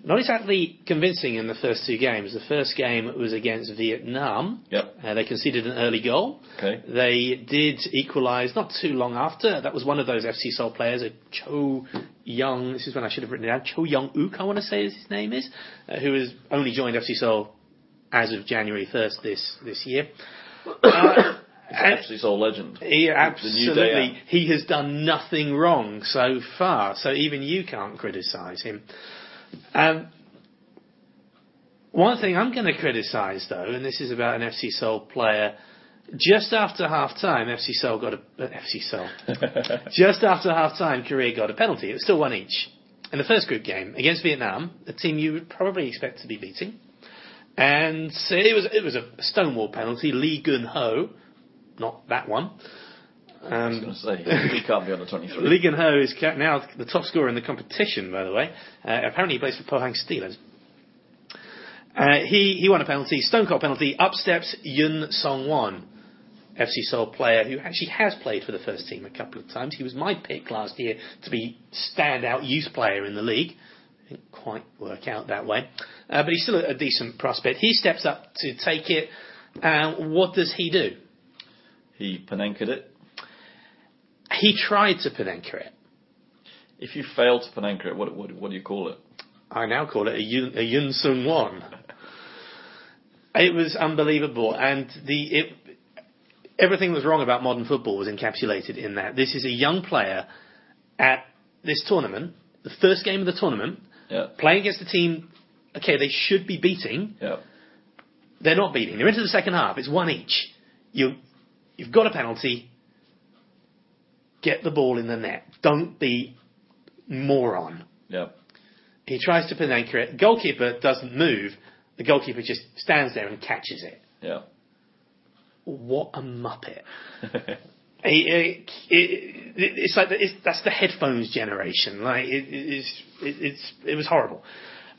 A: not exactly convincing in the first two games. The first game was against Vietnam.
B: Yep.
A: Uh, they conceded an early goal.
B: Okay.
A: They did equalise not too long after. That was one of those FC Seoul players, a Cho Young. This is when I should have written it down. Cho Young Uk, I want to say is his name is, uh, who has only joined FC Seoul as of January 1st this this year. Uh, and-
B: FC Seoul legend.
A: he
B: new day
A: absolutely. He has done nothing wrong so far, so even you can't criticise him. Um, one thing I'm going to criticise though, and this is about an FC Seoul player. Just after half time, FC Seoul got a uh, FC Seoul. Just after half time, Korea got a penalty. It was still one each in the first group game against Vietnam, a team you would probably expect to be beating. And so it was it was a stonewall penalty. Lee Gun Ho, not that one.
B: I
A: Um,
B: was going to say, we can't be on the 23.
A: Lee Gun Ho is ca- now the top scorer in the competition, by the way. Uh, apparently, he plays for Pohang Steelers. Uh, he he won a penalty, stone cold penalty. Up steps Yun Song Won, FC Seoul player who actually has played for the first team a couple of times. He was my pick last year to be standout youth player in the league. Didn't quite work out that way, uh, but he's still a, a decent prospect. He steps up to take it. Uh, And what does he do?
B: He Penenkaed it.
A: He tried to Penenka it.
B: If you fail to Penenka it, what, what, what do you call it?
A: I now call it a Yun, a Yun Sung Won. it was unbelievable, and the it, everything that was wrong about modern football was encapsulated in that. This is a young player at this tournament, the first game of the tournament,
B: Yeah.
A: playing against a team. Okay, they should be beating.
B: Yeah.
A: They're not beating. They're into the second half. It's one each. You, you've got a penalty. Get the ball in the net. Don't be moron.
B: Yeah.
A: He tries to pin anchor it. Goalkeeper doesn't move. The goalkeeper just stands there and catches it.
B: Yeah.
A: What a muppet! He- he- it- it- it's like the, it's, that's the headphones generation. Like it, it- it's, it, it's, it was horrible.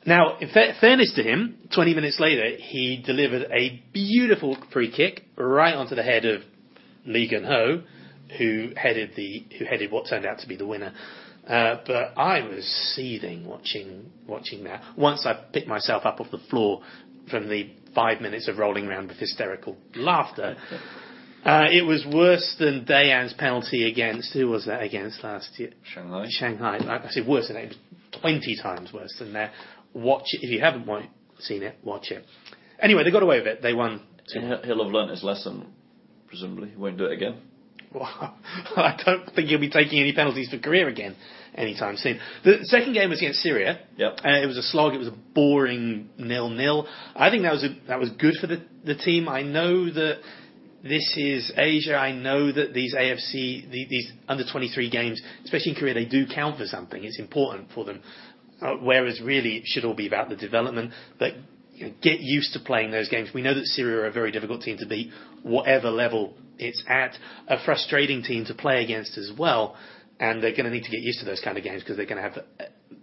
A: Now, in fa- fairness to him, 20 minutes later, he delivered a beautiful free kick right onto the head of Lee Gun Ho, who headed the who headed what turned out to be the winner. Uh, but I was seething watching watching that. Once I picked myself up off the floor from the five minutes of rolling around with hysterical laughter. Uh, it was worse than Dayan's penalty against who was that against last year?
B: Shanghai.
A: Shanghai. Like I said worse than that. It was twenty times worse than that. Watch it if you haven't wa- seen it. Watch it. Anyway, they got away with it. They won.
B: So he- he'll have learnt his lesson, presumably. He won't do it again.
A: I don't think he'll be taking any penalties for career again anytime soon. The second game was against Syria.
B: Yep.
A: Uh, it was a slog. It was a boring nil-nil. I think that was a, that was good for the the team. I know that this is Asia. I know that these AFC the, these under twenty three games, especially in Korea, they do count for something. It's important for them. Uh, whereas really it should all be about the development. But you know, get used to playing those games. We know that Syria are a very difficult team to beat, whatever level it's at. A frustrating team to play against as well. And they're going to need to get used to those kind of games because they're going to have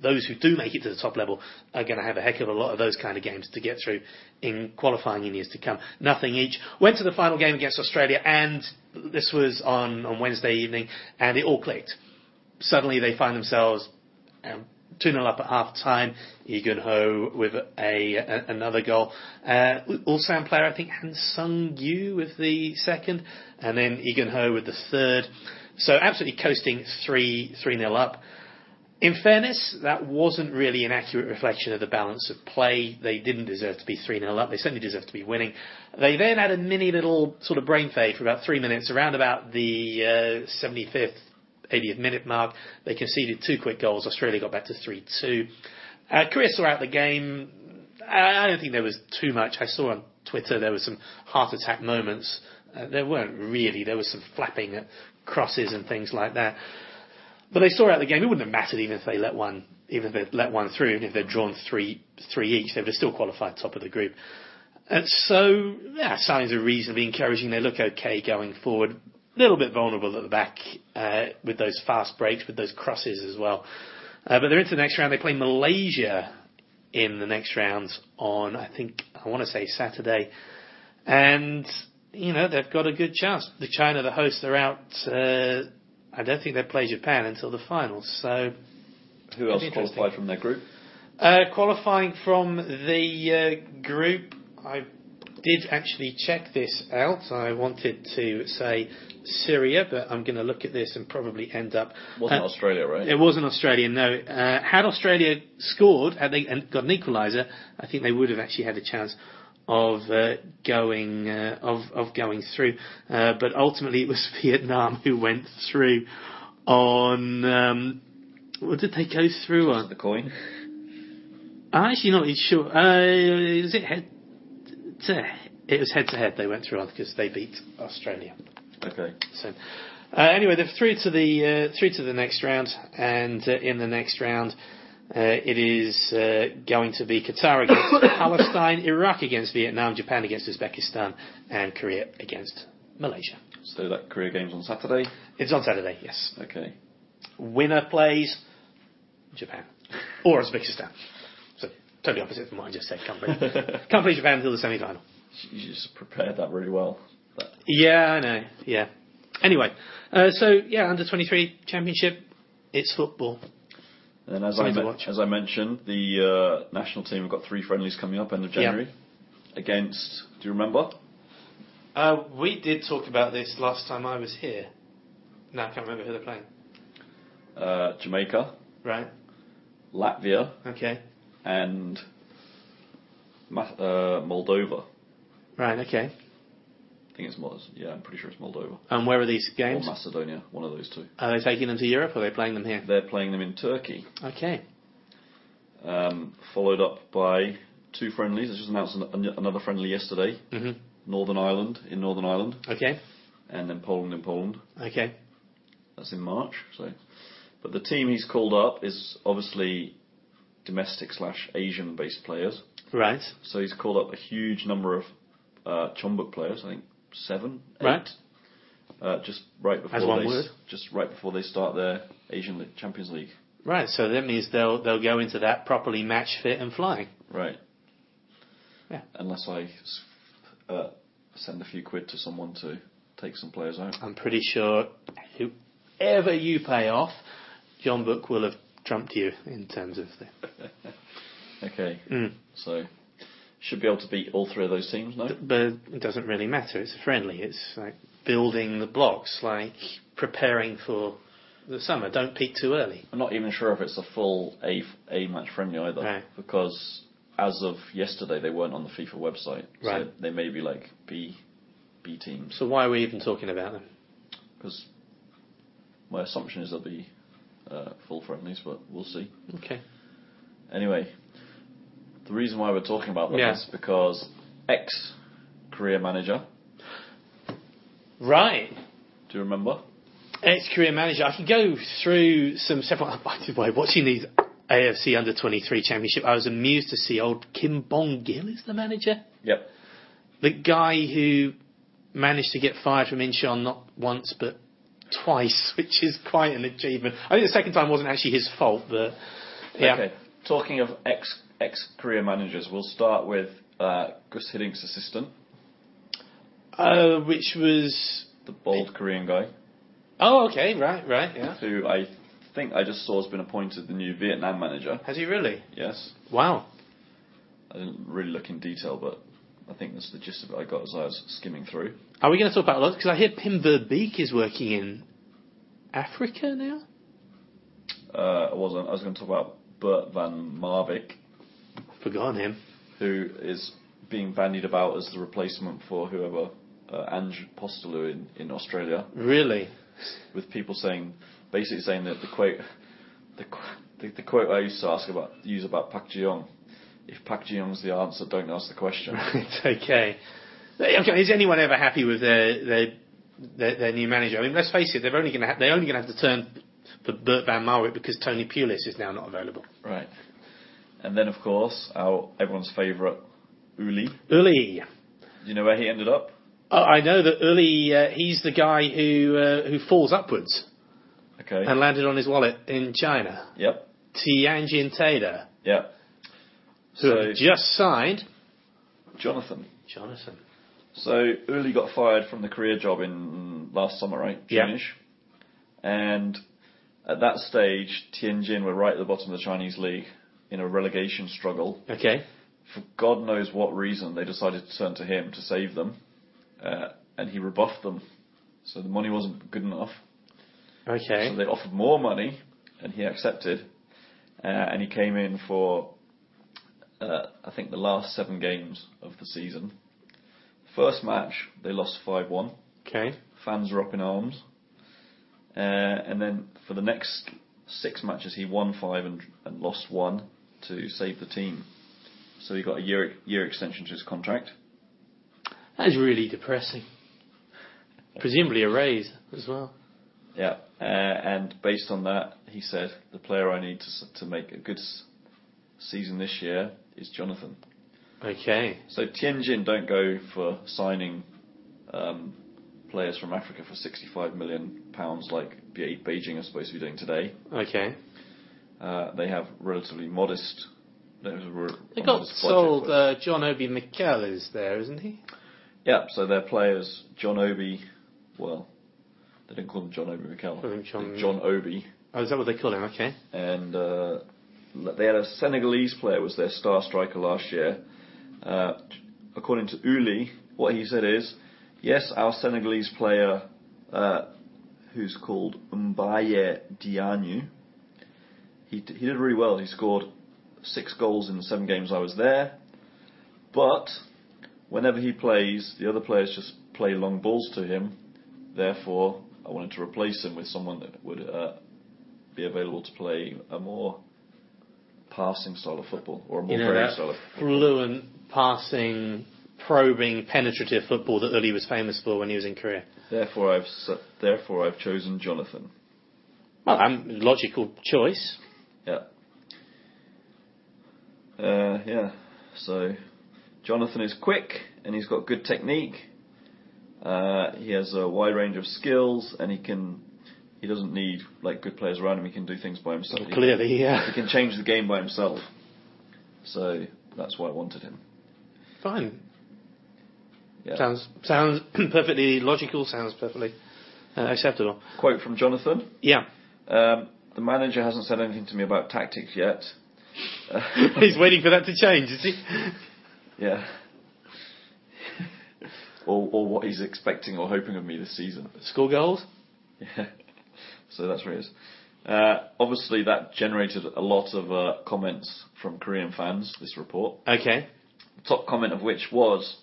A: those who do make it to the top level are going to have a heck of a lot of those kind of games to get through in qualifying in years to come. Nothing each. Went to the final game against Australia, and this was on, on Wednesday evening, and it all clicked. Suddenly they find themselves um, 2 0 up at half time. Egan Ho with a, a another goal. Uh, All Sam player, I think, Han Sung Yu with the second, and then Egan Ho with the third. So absolutely coasting 3 3 0 up. In fairness, that wasn't really an accurate reflection of the balance of play. They didn't deserve to be 3 0 up. They certainly deserved to be winning. They then had a mini little sort of brain fade for about three minutes, around about the uh, 75th, 80th minute mark. They conceded two quick goals. Australia got back to 3 2. Uh, Korea saw out the game. I I don't think there was too much. I saw on Twitter there was some heart attack moments. Uh, there weren't really. There was some flapping at crosses and things like that. But they saw out the game. It wouldn't have mattered even if they let one, even if they let one through, even if they'd drawn three, three each, they would have still qualified top of the group. And so, yeah, signs are reasonably encouraging. They look okay going forward. A little bit vulnerable at the back uh, with those fast breaks, with those crosses as well. Uh, but they're into the next round. They play Malaysia in the next round on, I think, I want to say Saturday. And, you know, they've got a good chance. The China, the hosts, are out. Uh, I don't think they play Japan until the finals. So,
B: Who else
A: interesting.
B: qualified from their group?
A: uh, qualifying from the uh, group, I did actually check this out. I wanted to say Syria, but I'm going to look at this and probably end up.
B: Wasn't
A: Uh,
B: Australia, right?
A: It wasn't Australia, no. Uh, had Australia scored, had they and got an equaliser, I think they would have actually had a chance of uh, going uh, of of going through. Uh, but ultimately, it was Vietnam who went through on. Um, what did they go through on?
B: The coin.
A: I'm actually not really sure. Uh, is it head to? It was head to head they went through on because they beat Australia.
B: Okay.
A: So uh, anyway, they're through to the uh, through to the next round, and uh, in the next round, uh, it is uh, going to be Qatar against Palestine, Iraq against Vietnam, Japan against Uzbekistan, and Korea against Malaysia.
B: So that career game's on Saturday.
A: It's on Saturday, yes.
B: Okay.
A: Winner plays Japan or Uzbekistan. So totally opposite from what I just said. Can't play, can't play Japan until the semi-final.
B: You just prepared that really well. That-
A: Yeah, I know. Yeah. Anyway, uh, so yeah, under 23 championship, it's football.
B: And then as I,
A: Something to
B: men-
A: watch.
B: as I mentioned, the uh, national team have got three friendlies coming up end of
A: Yeah.
B: January against. Do you remember?
A: Uh, we did talk about this last time I was here. No, I can't remember who they're playing.
B: Uh, Jamaica,
A: Right.
B: Latvia,
A: Okay.
B: and Ma- uh, Moldova.
A: Right. Okay.
B: I think it's Moldova. Yeah, I'm pretty sure it's Moldova.
A: And where are these
B: Or
A: games?
B: Macedonia, one of those two.
A: Are they taking them to Europe or are they playing them here?
B: They're playing them in Turkey,
A: Okay.
B: um, followed up by two friendlies. I just announced an- an- another friendly yesterday
A: Mhm.
B: Northern Ireland in Northern Ireland,
A: Okay.
B: and then Poland in Poland.
A: Okay.
B: That's in March, so. But the team he's called up is obviously domestic slash Asian based players.
A: Right.
B: So he's called up a huge number of uh, Chombuk players. I think seven, eight.
A: Right.
B: Uh, just right before
A: As one
B: they s-
A: word.
B: just right before they start their Asian League, Champions League.
A: Right. So that means they'll they'll go into that properly match fit and flying.
B: Right.
A: Yeah.
B: Unless I s- uh, send a few quid to someone to take some players out.
A: I'm pretty sure whoever you pay off, John Book will have trumped you in terms of the.
B: Okay.
A: Mm.
B: So should be able to beat all three of those teams, no?
A: But it doesn't really matter. It's a friendly. It's like building the blocks, like preparing for the summer. Don't peak too early.
B: I'm not even sure if it's a full A, f- a match friendly either,
A: Right.
B: because as of yesterday they weren't on the FIFA website. So
A: Right.
B: they may be like B B teams,
A: So why are we even talking about them?
B: because my assumption is they'll be uh, full friendlies, but we'll see.
A: Okay.
B: Anyway, the reason why we're talking about them
A: Yeah.
B: is because ex career manager.
A: Right.
B: Do you remember?
A: Ex career manager. I could go through some several. By the way, watching these AFC Under 23 Championship, I was amused to see old Kim Bong Gil is the manager.
B: Yep.
A: The guy who managed to get fired from Incheon not once but twice, which is quite an achievement. I think the second time wasn't actually his fault, but yeah.
B: Okay. Talking of ex ex career managers, we'll start with uh, Gus Hiddink's assistant,
A: Uh, which was
B: the bald Korean guy.
A: oh okay right right yeah.
B: who I think I just saw has been appointed the new Vietnam manager.
A: Has he really?
B: Yes,
A: Wow.
B: I didn't really look in detail, but I think that's the gist of it I got as I was skimming through.
A: Are we going to talk about a lot? Because I hear Pim Verbeek is working in Africa now.
B: Uh, I wasn't. I was going to talk about Bert van Marwijk,
A: Forgotten him.
B: who is being bandied about as the replacement for whoever uh, Ange Postulu in, in Australia,
A: Really?
B: with people saying, basically saying that the quote, the qu- the, the quote I used to ask about use about Pak Jong, if Pak Jong's the answer, don't ask the question.
A: It's okay. Okay, Is anyone ever happy with their their their, their new manager? I mean, let's face it, they're only going to ha- they're only going to have to turn for Bert van Marwijk because Tony Pulis is now not available.
B: Right. And then, of course, our everyone's favourite, Uli. Do
A: Uli.
B: you know where he ended up?
A: Oh, I know that Uli. Uh, he's the guy who uh, who falls upwards
B: Okay.
A: and landed on his wallet in China.
B: yep.
A: Tianjin Taylor,
B: Yep.
A: who
B: So,
A: have just signed.
B: Jonathan.
A: Jonathan.
B: So, Uli got fired from the career job in last summer, right?
A: Yeah.
B: June-ish. And at that stage, Tianjin were right at the bottom of the Chinese league in a relegation struggle.
A: Okay.
B: for God knows what reason, they decided to turn to him to save them, uh, and he rebuffed them. So the money wasn't good enough. So
A: Okay.
B: they offered more money, and he accepted. Uh, and he came in for, uh, I think, the last seven games of the season. First match, they lost 5 1.
A: Okay.
B: Fans were up in arms. Uh, and then for the next six matches, he won five and, and lost one to save the team. So he got a year, year extension to his contract.
A: That is really depressing. Presumably a raise as well.
B: Yeah, uh, and based on that, he said the player I need to s- to make a good s- season this year is Jonathan.
A: Okay.
B: So Tianjin don't go for signing um, players from Africa for 65 million pounds like Be- Beijing are supposed to be doing today.
A: Okay.
B: Uh, they have relatively modest. They have a re-
A: They
B: a
A: got
B: modest budget
A: sold.
B: for-
A: Uh, John Obi Mikel is there, isn't he?
B: yeah, so their players John Obi, well, they didn't call him John Obi Mikel.
A: Call him John-
B: John Obi.
A: Oh, is that what they call him? Okay.
B: and uh, they had a Senegalese player was their star striker last year. Uh, according to Uli, what he said is, yes, our Senegalese player uh, who's called Mbaye Dianu. He, d- he did really well. He scored six goals in the seven games I was there. But whenever he plays, the other players just play long balls to him. Therefore, I wanted to replace him with someone that would uh, be available to play a more passing style of football or a more
A: You know,
B: varied
A: that
B: style of
A: fluent passing, probing, penetrative football that Uli was famous for when he was in Korea.
B: Therefore, I've s- therefore I've chosen Jonathan.
A: Well, um, logical choice.
B: Yeah. Uh, yeah. So, Jonathan is quick and he's got good technique. Uh, he has a wide range of skills and he can. He doesn't need like good players around him. He can do things by himself. He-
A: Clearly, uh,
B: He
A: yeah.
B: can change the game by himself. So that's why I wanted him.
A: Fine.
B: Yeah.
A: Sounds sounds perfectly logical. Sounds perfectly uh, acceptable.
B: Quote from Jonathan.
A: Yeah,
B: Um, the manager hasn't said anything to me about tactics yet.
A: he's waiting for that to change, is he?
B: Yeah. or, or what he's expecting or hoping of me this season.
A: Score goals.
B: Yeah. So that's where it is. Uh, obviously, that generated a lot of uh, comments from Korean fans, this report.
A: Okay.
B: The top comment of which was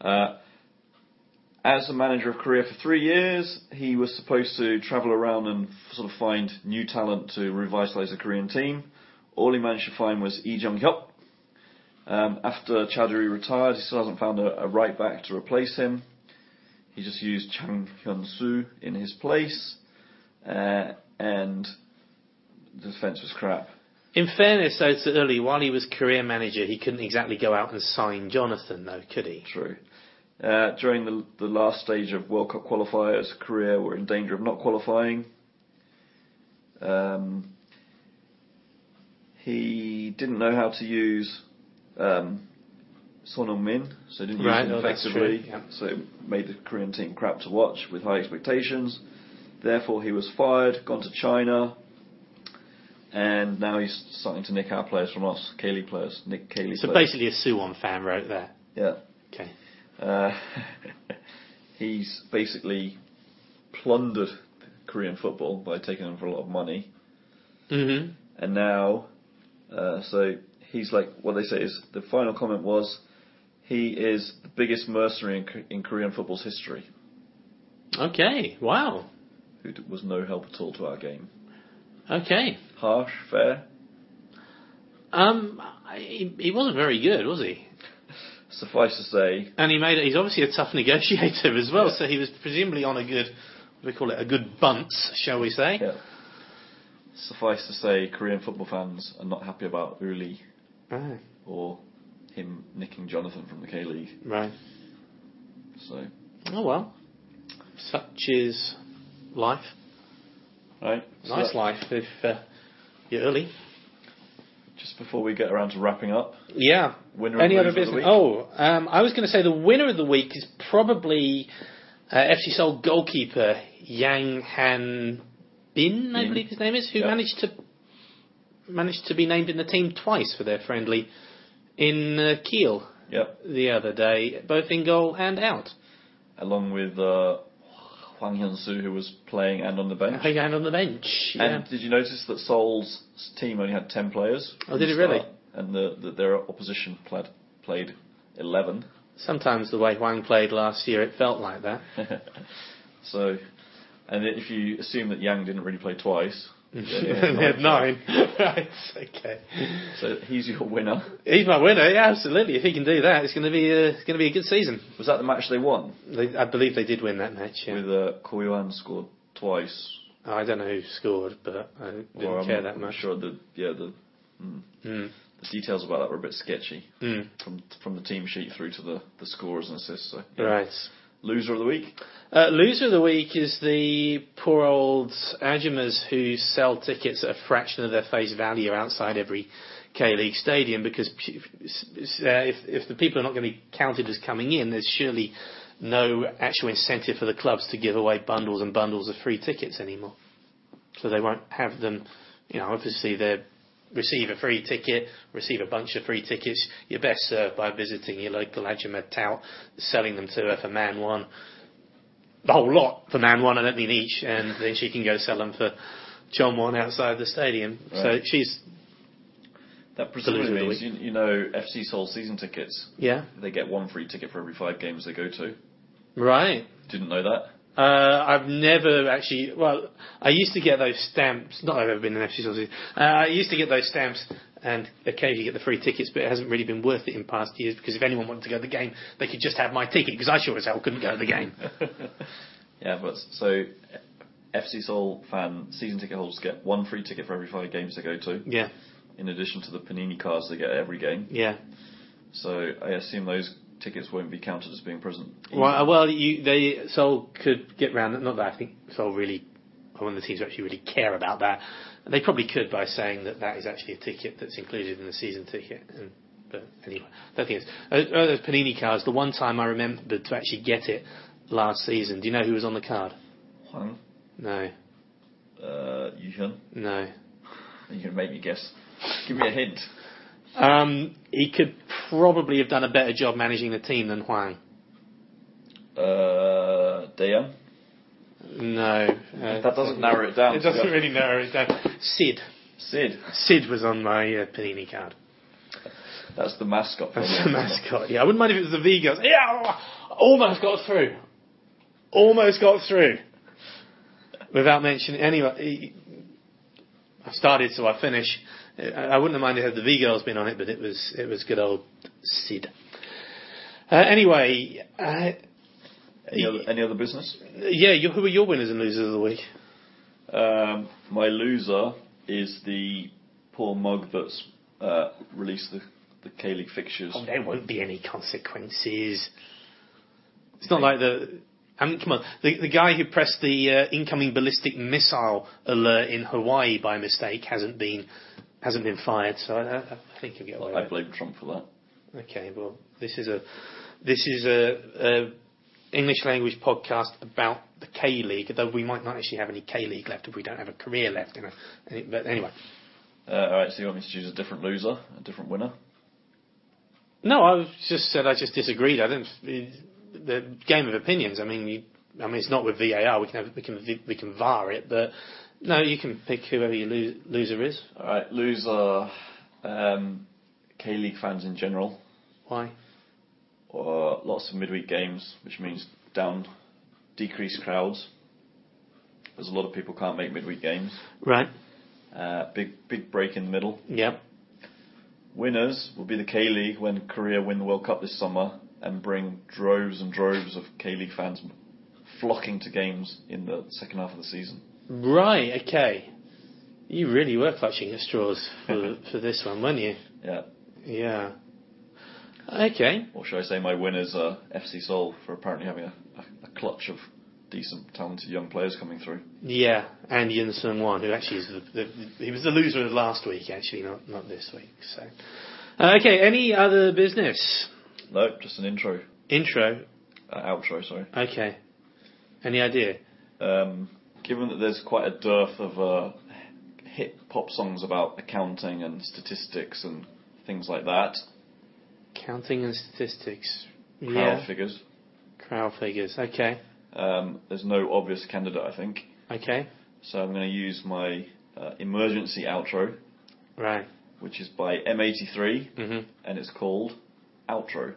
B: uh, As the manager of Korea for three years, he was supposed to travel around and f- sort of find new talent to revitalise the Korean team. All he managed to find was Lee Jong Hyuk. Um, after Chowdhury retired, he still hasn't found a, a right back to replace him. He just used Chang Hyun Soo in his place, uh, and the defence was crap.
A: In fairness, though, to Uli, while he was career manager, he couldn't exactly go out and sign Jonathan, though, could he?
B: True. Uh, during the, the last stage of World Cup qualifiers, Korea were in danger of not qualifying. Um, he didn't know how to use um, Son Heung-min, so didn't use
A: Right,
B: him
A: oh, that's
B: effectively.
A: true, yeah.
B: So it made the Korean team crap to watch with high expectations. Therefore, he was fired, gone to China, and now he's starting to nick our players from us, Kaylee players, nick Kaylee
A: So
B: players.
A: basically, a Suwon fan wrote there.
B: yeah.
A: Okay.
B: Uh, he's basically plundered Korean football by taking them for a lot of money,
A: Mm-hmm.
B: and now, uh, so he's like what they say is the final comment was he is the biggest mercenary in, K- in Korean football's history,
A: Okay. Wow.
B: who d- was no help at all to our game.
A: Okay.
B: Harsh, fair.
A: Um, I- he, he wasn't very good, was he?
B: Suffice to say,
A: And he made it. He's obviously a tough negotiator as well. So he was presumably on a good, we call it a good bunce, shall we say?
B: yeah. Suffice to say, Korean football fans are not happy about Uli
A: Ah,
B: or him nicking Jonathan from the K League.
A: right.
B: So.
A: Oh well. Such is life.
B: Right. so
A: nice
B: that-
A: life if uh, you're early.
B: Just before we get around to wrapping up,
A: Yeah.
B: Winner
A: Any other
B: and loser of the
A: business?
B: week?
A: Oh, um, I was going to say the winner of the week is probably uh, FC Seoul goalkeeper Yang Han Bin, I
B: Bin.
A: believe his name is, who
B: Yeah.
A: managed to managed to be named in the team twice for their friendly in uh, Kiel
B: yep,
A: the other day, both in goal and out.
B: along with uh, Huang Hyun Soo, who was playing and on the bench.
A: Hang on on the bench. Yeah.
B: And did you notice that Seoul's team only had 10 players?
A: Oh,
B: from
A: did
B: the
A: it really?
B: start, And the, the, their opposition played, played 11.
A: Sometimes the way Huang played last year, it felt like that.
B: So, and if you assume that Yang didn't really play twice, then he
A: they had nine. right, okay.
B: So he's your winner.
A: He's my winner. Yeah, absolutely. If he can do that, it's going to be a, it's going to be a good season.
B: Was that the match they won?
A: They, I believe they did win that match. Yeah.
B: With uh, Koyuan scored twice.
A: I don't know who scored, but I didn't
B: Or I'm
A: care
B: not
A: that much.
B: Sure, the yeah the
A: Mm.
B: the details about that were a bit sketchy
A: Mm.
B: from from the team sheet through to the, the scores and assists. So, yeah.
A: Right.
B: Loser of the week.
A: Uh, loser of the week is the poor old Ajumas who sell tickets at a fraction of their face value outside every K League stadium because p- s- s- uh, if, if the people are not going to be counted as coming in, there's surely no actual incentive for the clubs to give away bundles and bundles of free tickets anymore. So they won't have them, you know, obviously they receive a free ticket, receive a bunch of free tickets. You're best served by visiting your local Ajuma tout, selling them to her for man one the whole lot for man one. I don't mean each, and then she can go sell them for John one outside the stadium. So
B: Right.
A: she's
B: That presumably
A: Delusion of the
B: means you, you know FC Seoul season tickets.
A: yeah
B: They get one free ticket for every five games they go to.
A: right.
B: Didn't know that.
A: Uh, I've never actually. Well, I used to get those stamps. Not that I've ever been an FC Sausage. Uh, I used to get those stamps and occasionally get the free tickets, but it hasn't really been worth it in past years because if anyone wanted to go to the game, they could just have my ticket because I sure as hell couldn't go to the game.
B: Yeah, but so FC Seoul fan season ticket holders get one free ticket for every five games they go to,
A: Yeah,
B: in addition to the Panini cards they get at every game.
A: yeah.
B: So I assume those tickets won't be counted as being present.
A: Well, uh, well, you, they Seoul could get round that. Not that I think Seoul really, one of the teams who actually really care about that. They probably could by saying that that is actually a ticket that's included in the season ticket. And, but anyway, that thing is, uh, uh, those Panini cards. The one time I remembered to actually get it last season. Do you know who was on the card?
B: Huang,
A: No,
B: uh, Yuhyun,
A: no.
B: you're gonna make me guess. Give me a hint.
A: Um, he could probably have done a better job managing the team than Huang.
B: Uh, Dayan.
A: No, uh,
B: That doesn't narrow it down.
A: It doesn't really narrow it down. Sid,
B: Sid.
A: Sid was on my uh, Panini card.
B: That's the mascot. for
A: That's the
B: me.
A: mascot. Yeah, I wouldn't mind if it was the V girls. Yeah, almost got through. Almost got through. Without mentioning anyway, I started so I finish. I I wouldn't have minded had the V girls been on it, but it was it was good old Sid. Uh, anyway, uh,
B: Any other, any other business?
A: yeah, you, who were your winners and losers of the week?
B: Um, my loser is the poor mug that's uh, released the, the K League fixtures.
A: Oh, there won't be any consequences. It's not like the. I mean, come on, the, the guy who pressed the uh, incoming ballistic missile alert in Hawaii by mistake hasn't been hasn't been fired, so I, I I think he'll get away
B: I
A: with
B: blame Trump for that.
A: it. Okay, well, this is a this is a, a English language podcast about the K League, though we might not actually have any K League left if we don't have a career left. You know, Any- but anyway,
B: Uh, all right, so you want me to choose a different loser, a different winner?
A: No, I was just said I just disagreed. I didn't. The game of opinions. I mean, you, I mean, it's not with VAR. We can have, we can we can VAR it, but no, you can pick whoever your lo- loser is.
B: All right, loser. Um, K League fans in general.
A: Why?
B: Uh, lots of midweek games, which means down, decreased crowds. There's a lot of people can't make midweek games.
A: Right.
B: Uh, big big break in the middle.
A: Yep.
B: Winners will be the K League when Korea win the World Cup this summer and bring droves and droves of K League fans flocking to games in the second half of the season.
A: Right. Okay. You really were clutching at straws for for this one, weren't you?
B: Yeah.
A: Yeah. Okay.
B: Or should I say, my winners are FC Seoul for apparently having a, a, a clutch of decent, talented young players coming through.
A: Yeah, and Yun Sung Wan, who actually is the, the he was the loser of last week, actually, not not this week. So, Uh, okay. Any other business?
B: No, just an intro,
A: Intro.
B: uh, outro, sorry.
A: Okay. Any idea?
B: Um, given that there's quite a dearth of uh, hip hop songs about accounting and statistics and things like that,
A: Counting and statistics.
B: crowd
A: yeah.
B: figures,
A: Crowd figures. Okay.
B: um, there's no obvious candidate, I think.
A: Okay.
B: So I'm going to use my uh, emergency outro,
A: Right.
B: which is by M83,
A: Mhm.
B: and it's called Outro.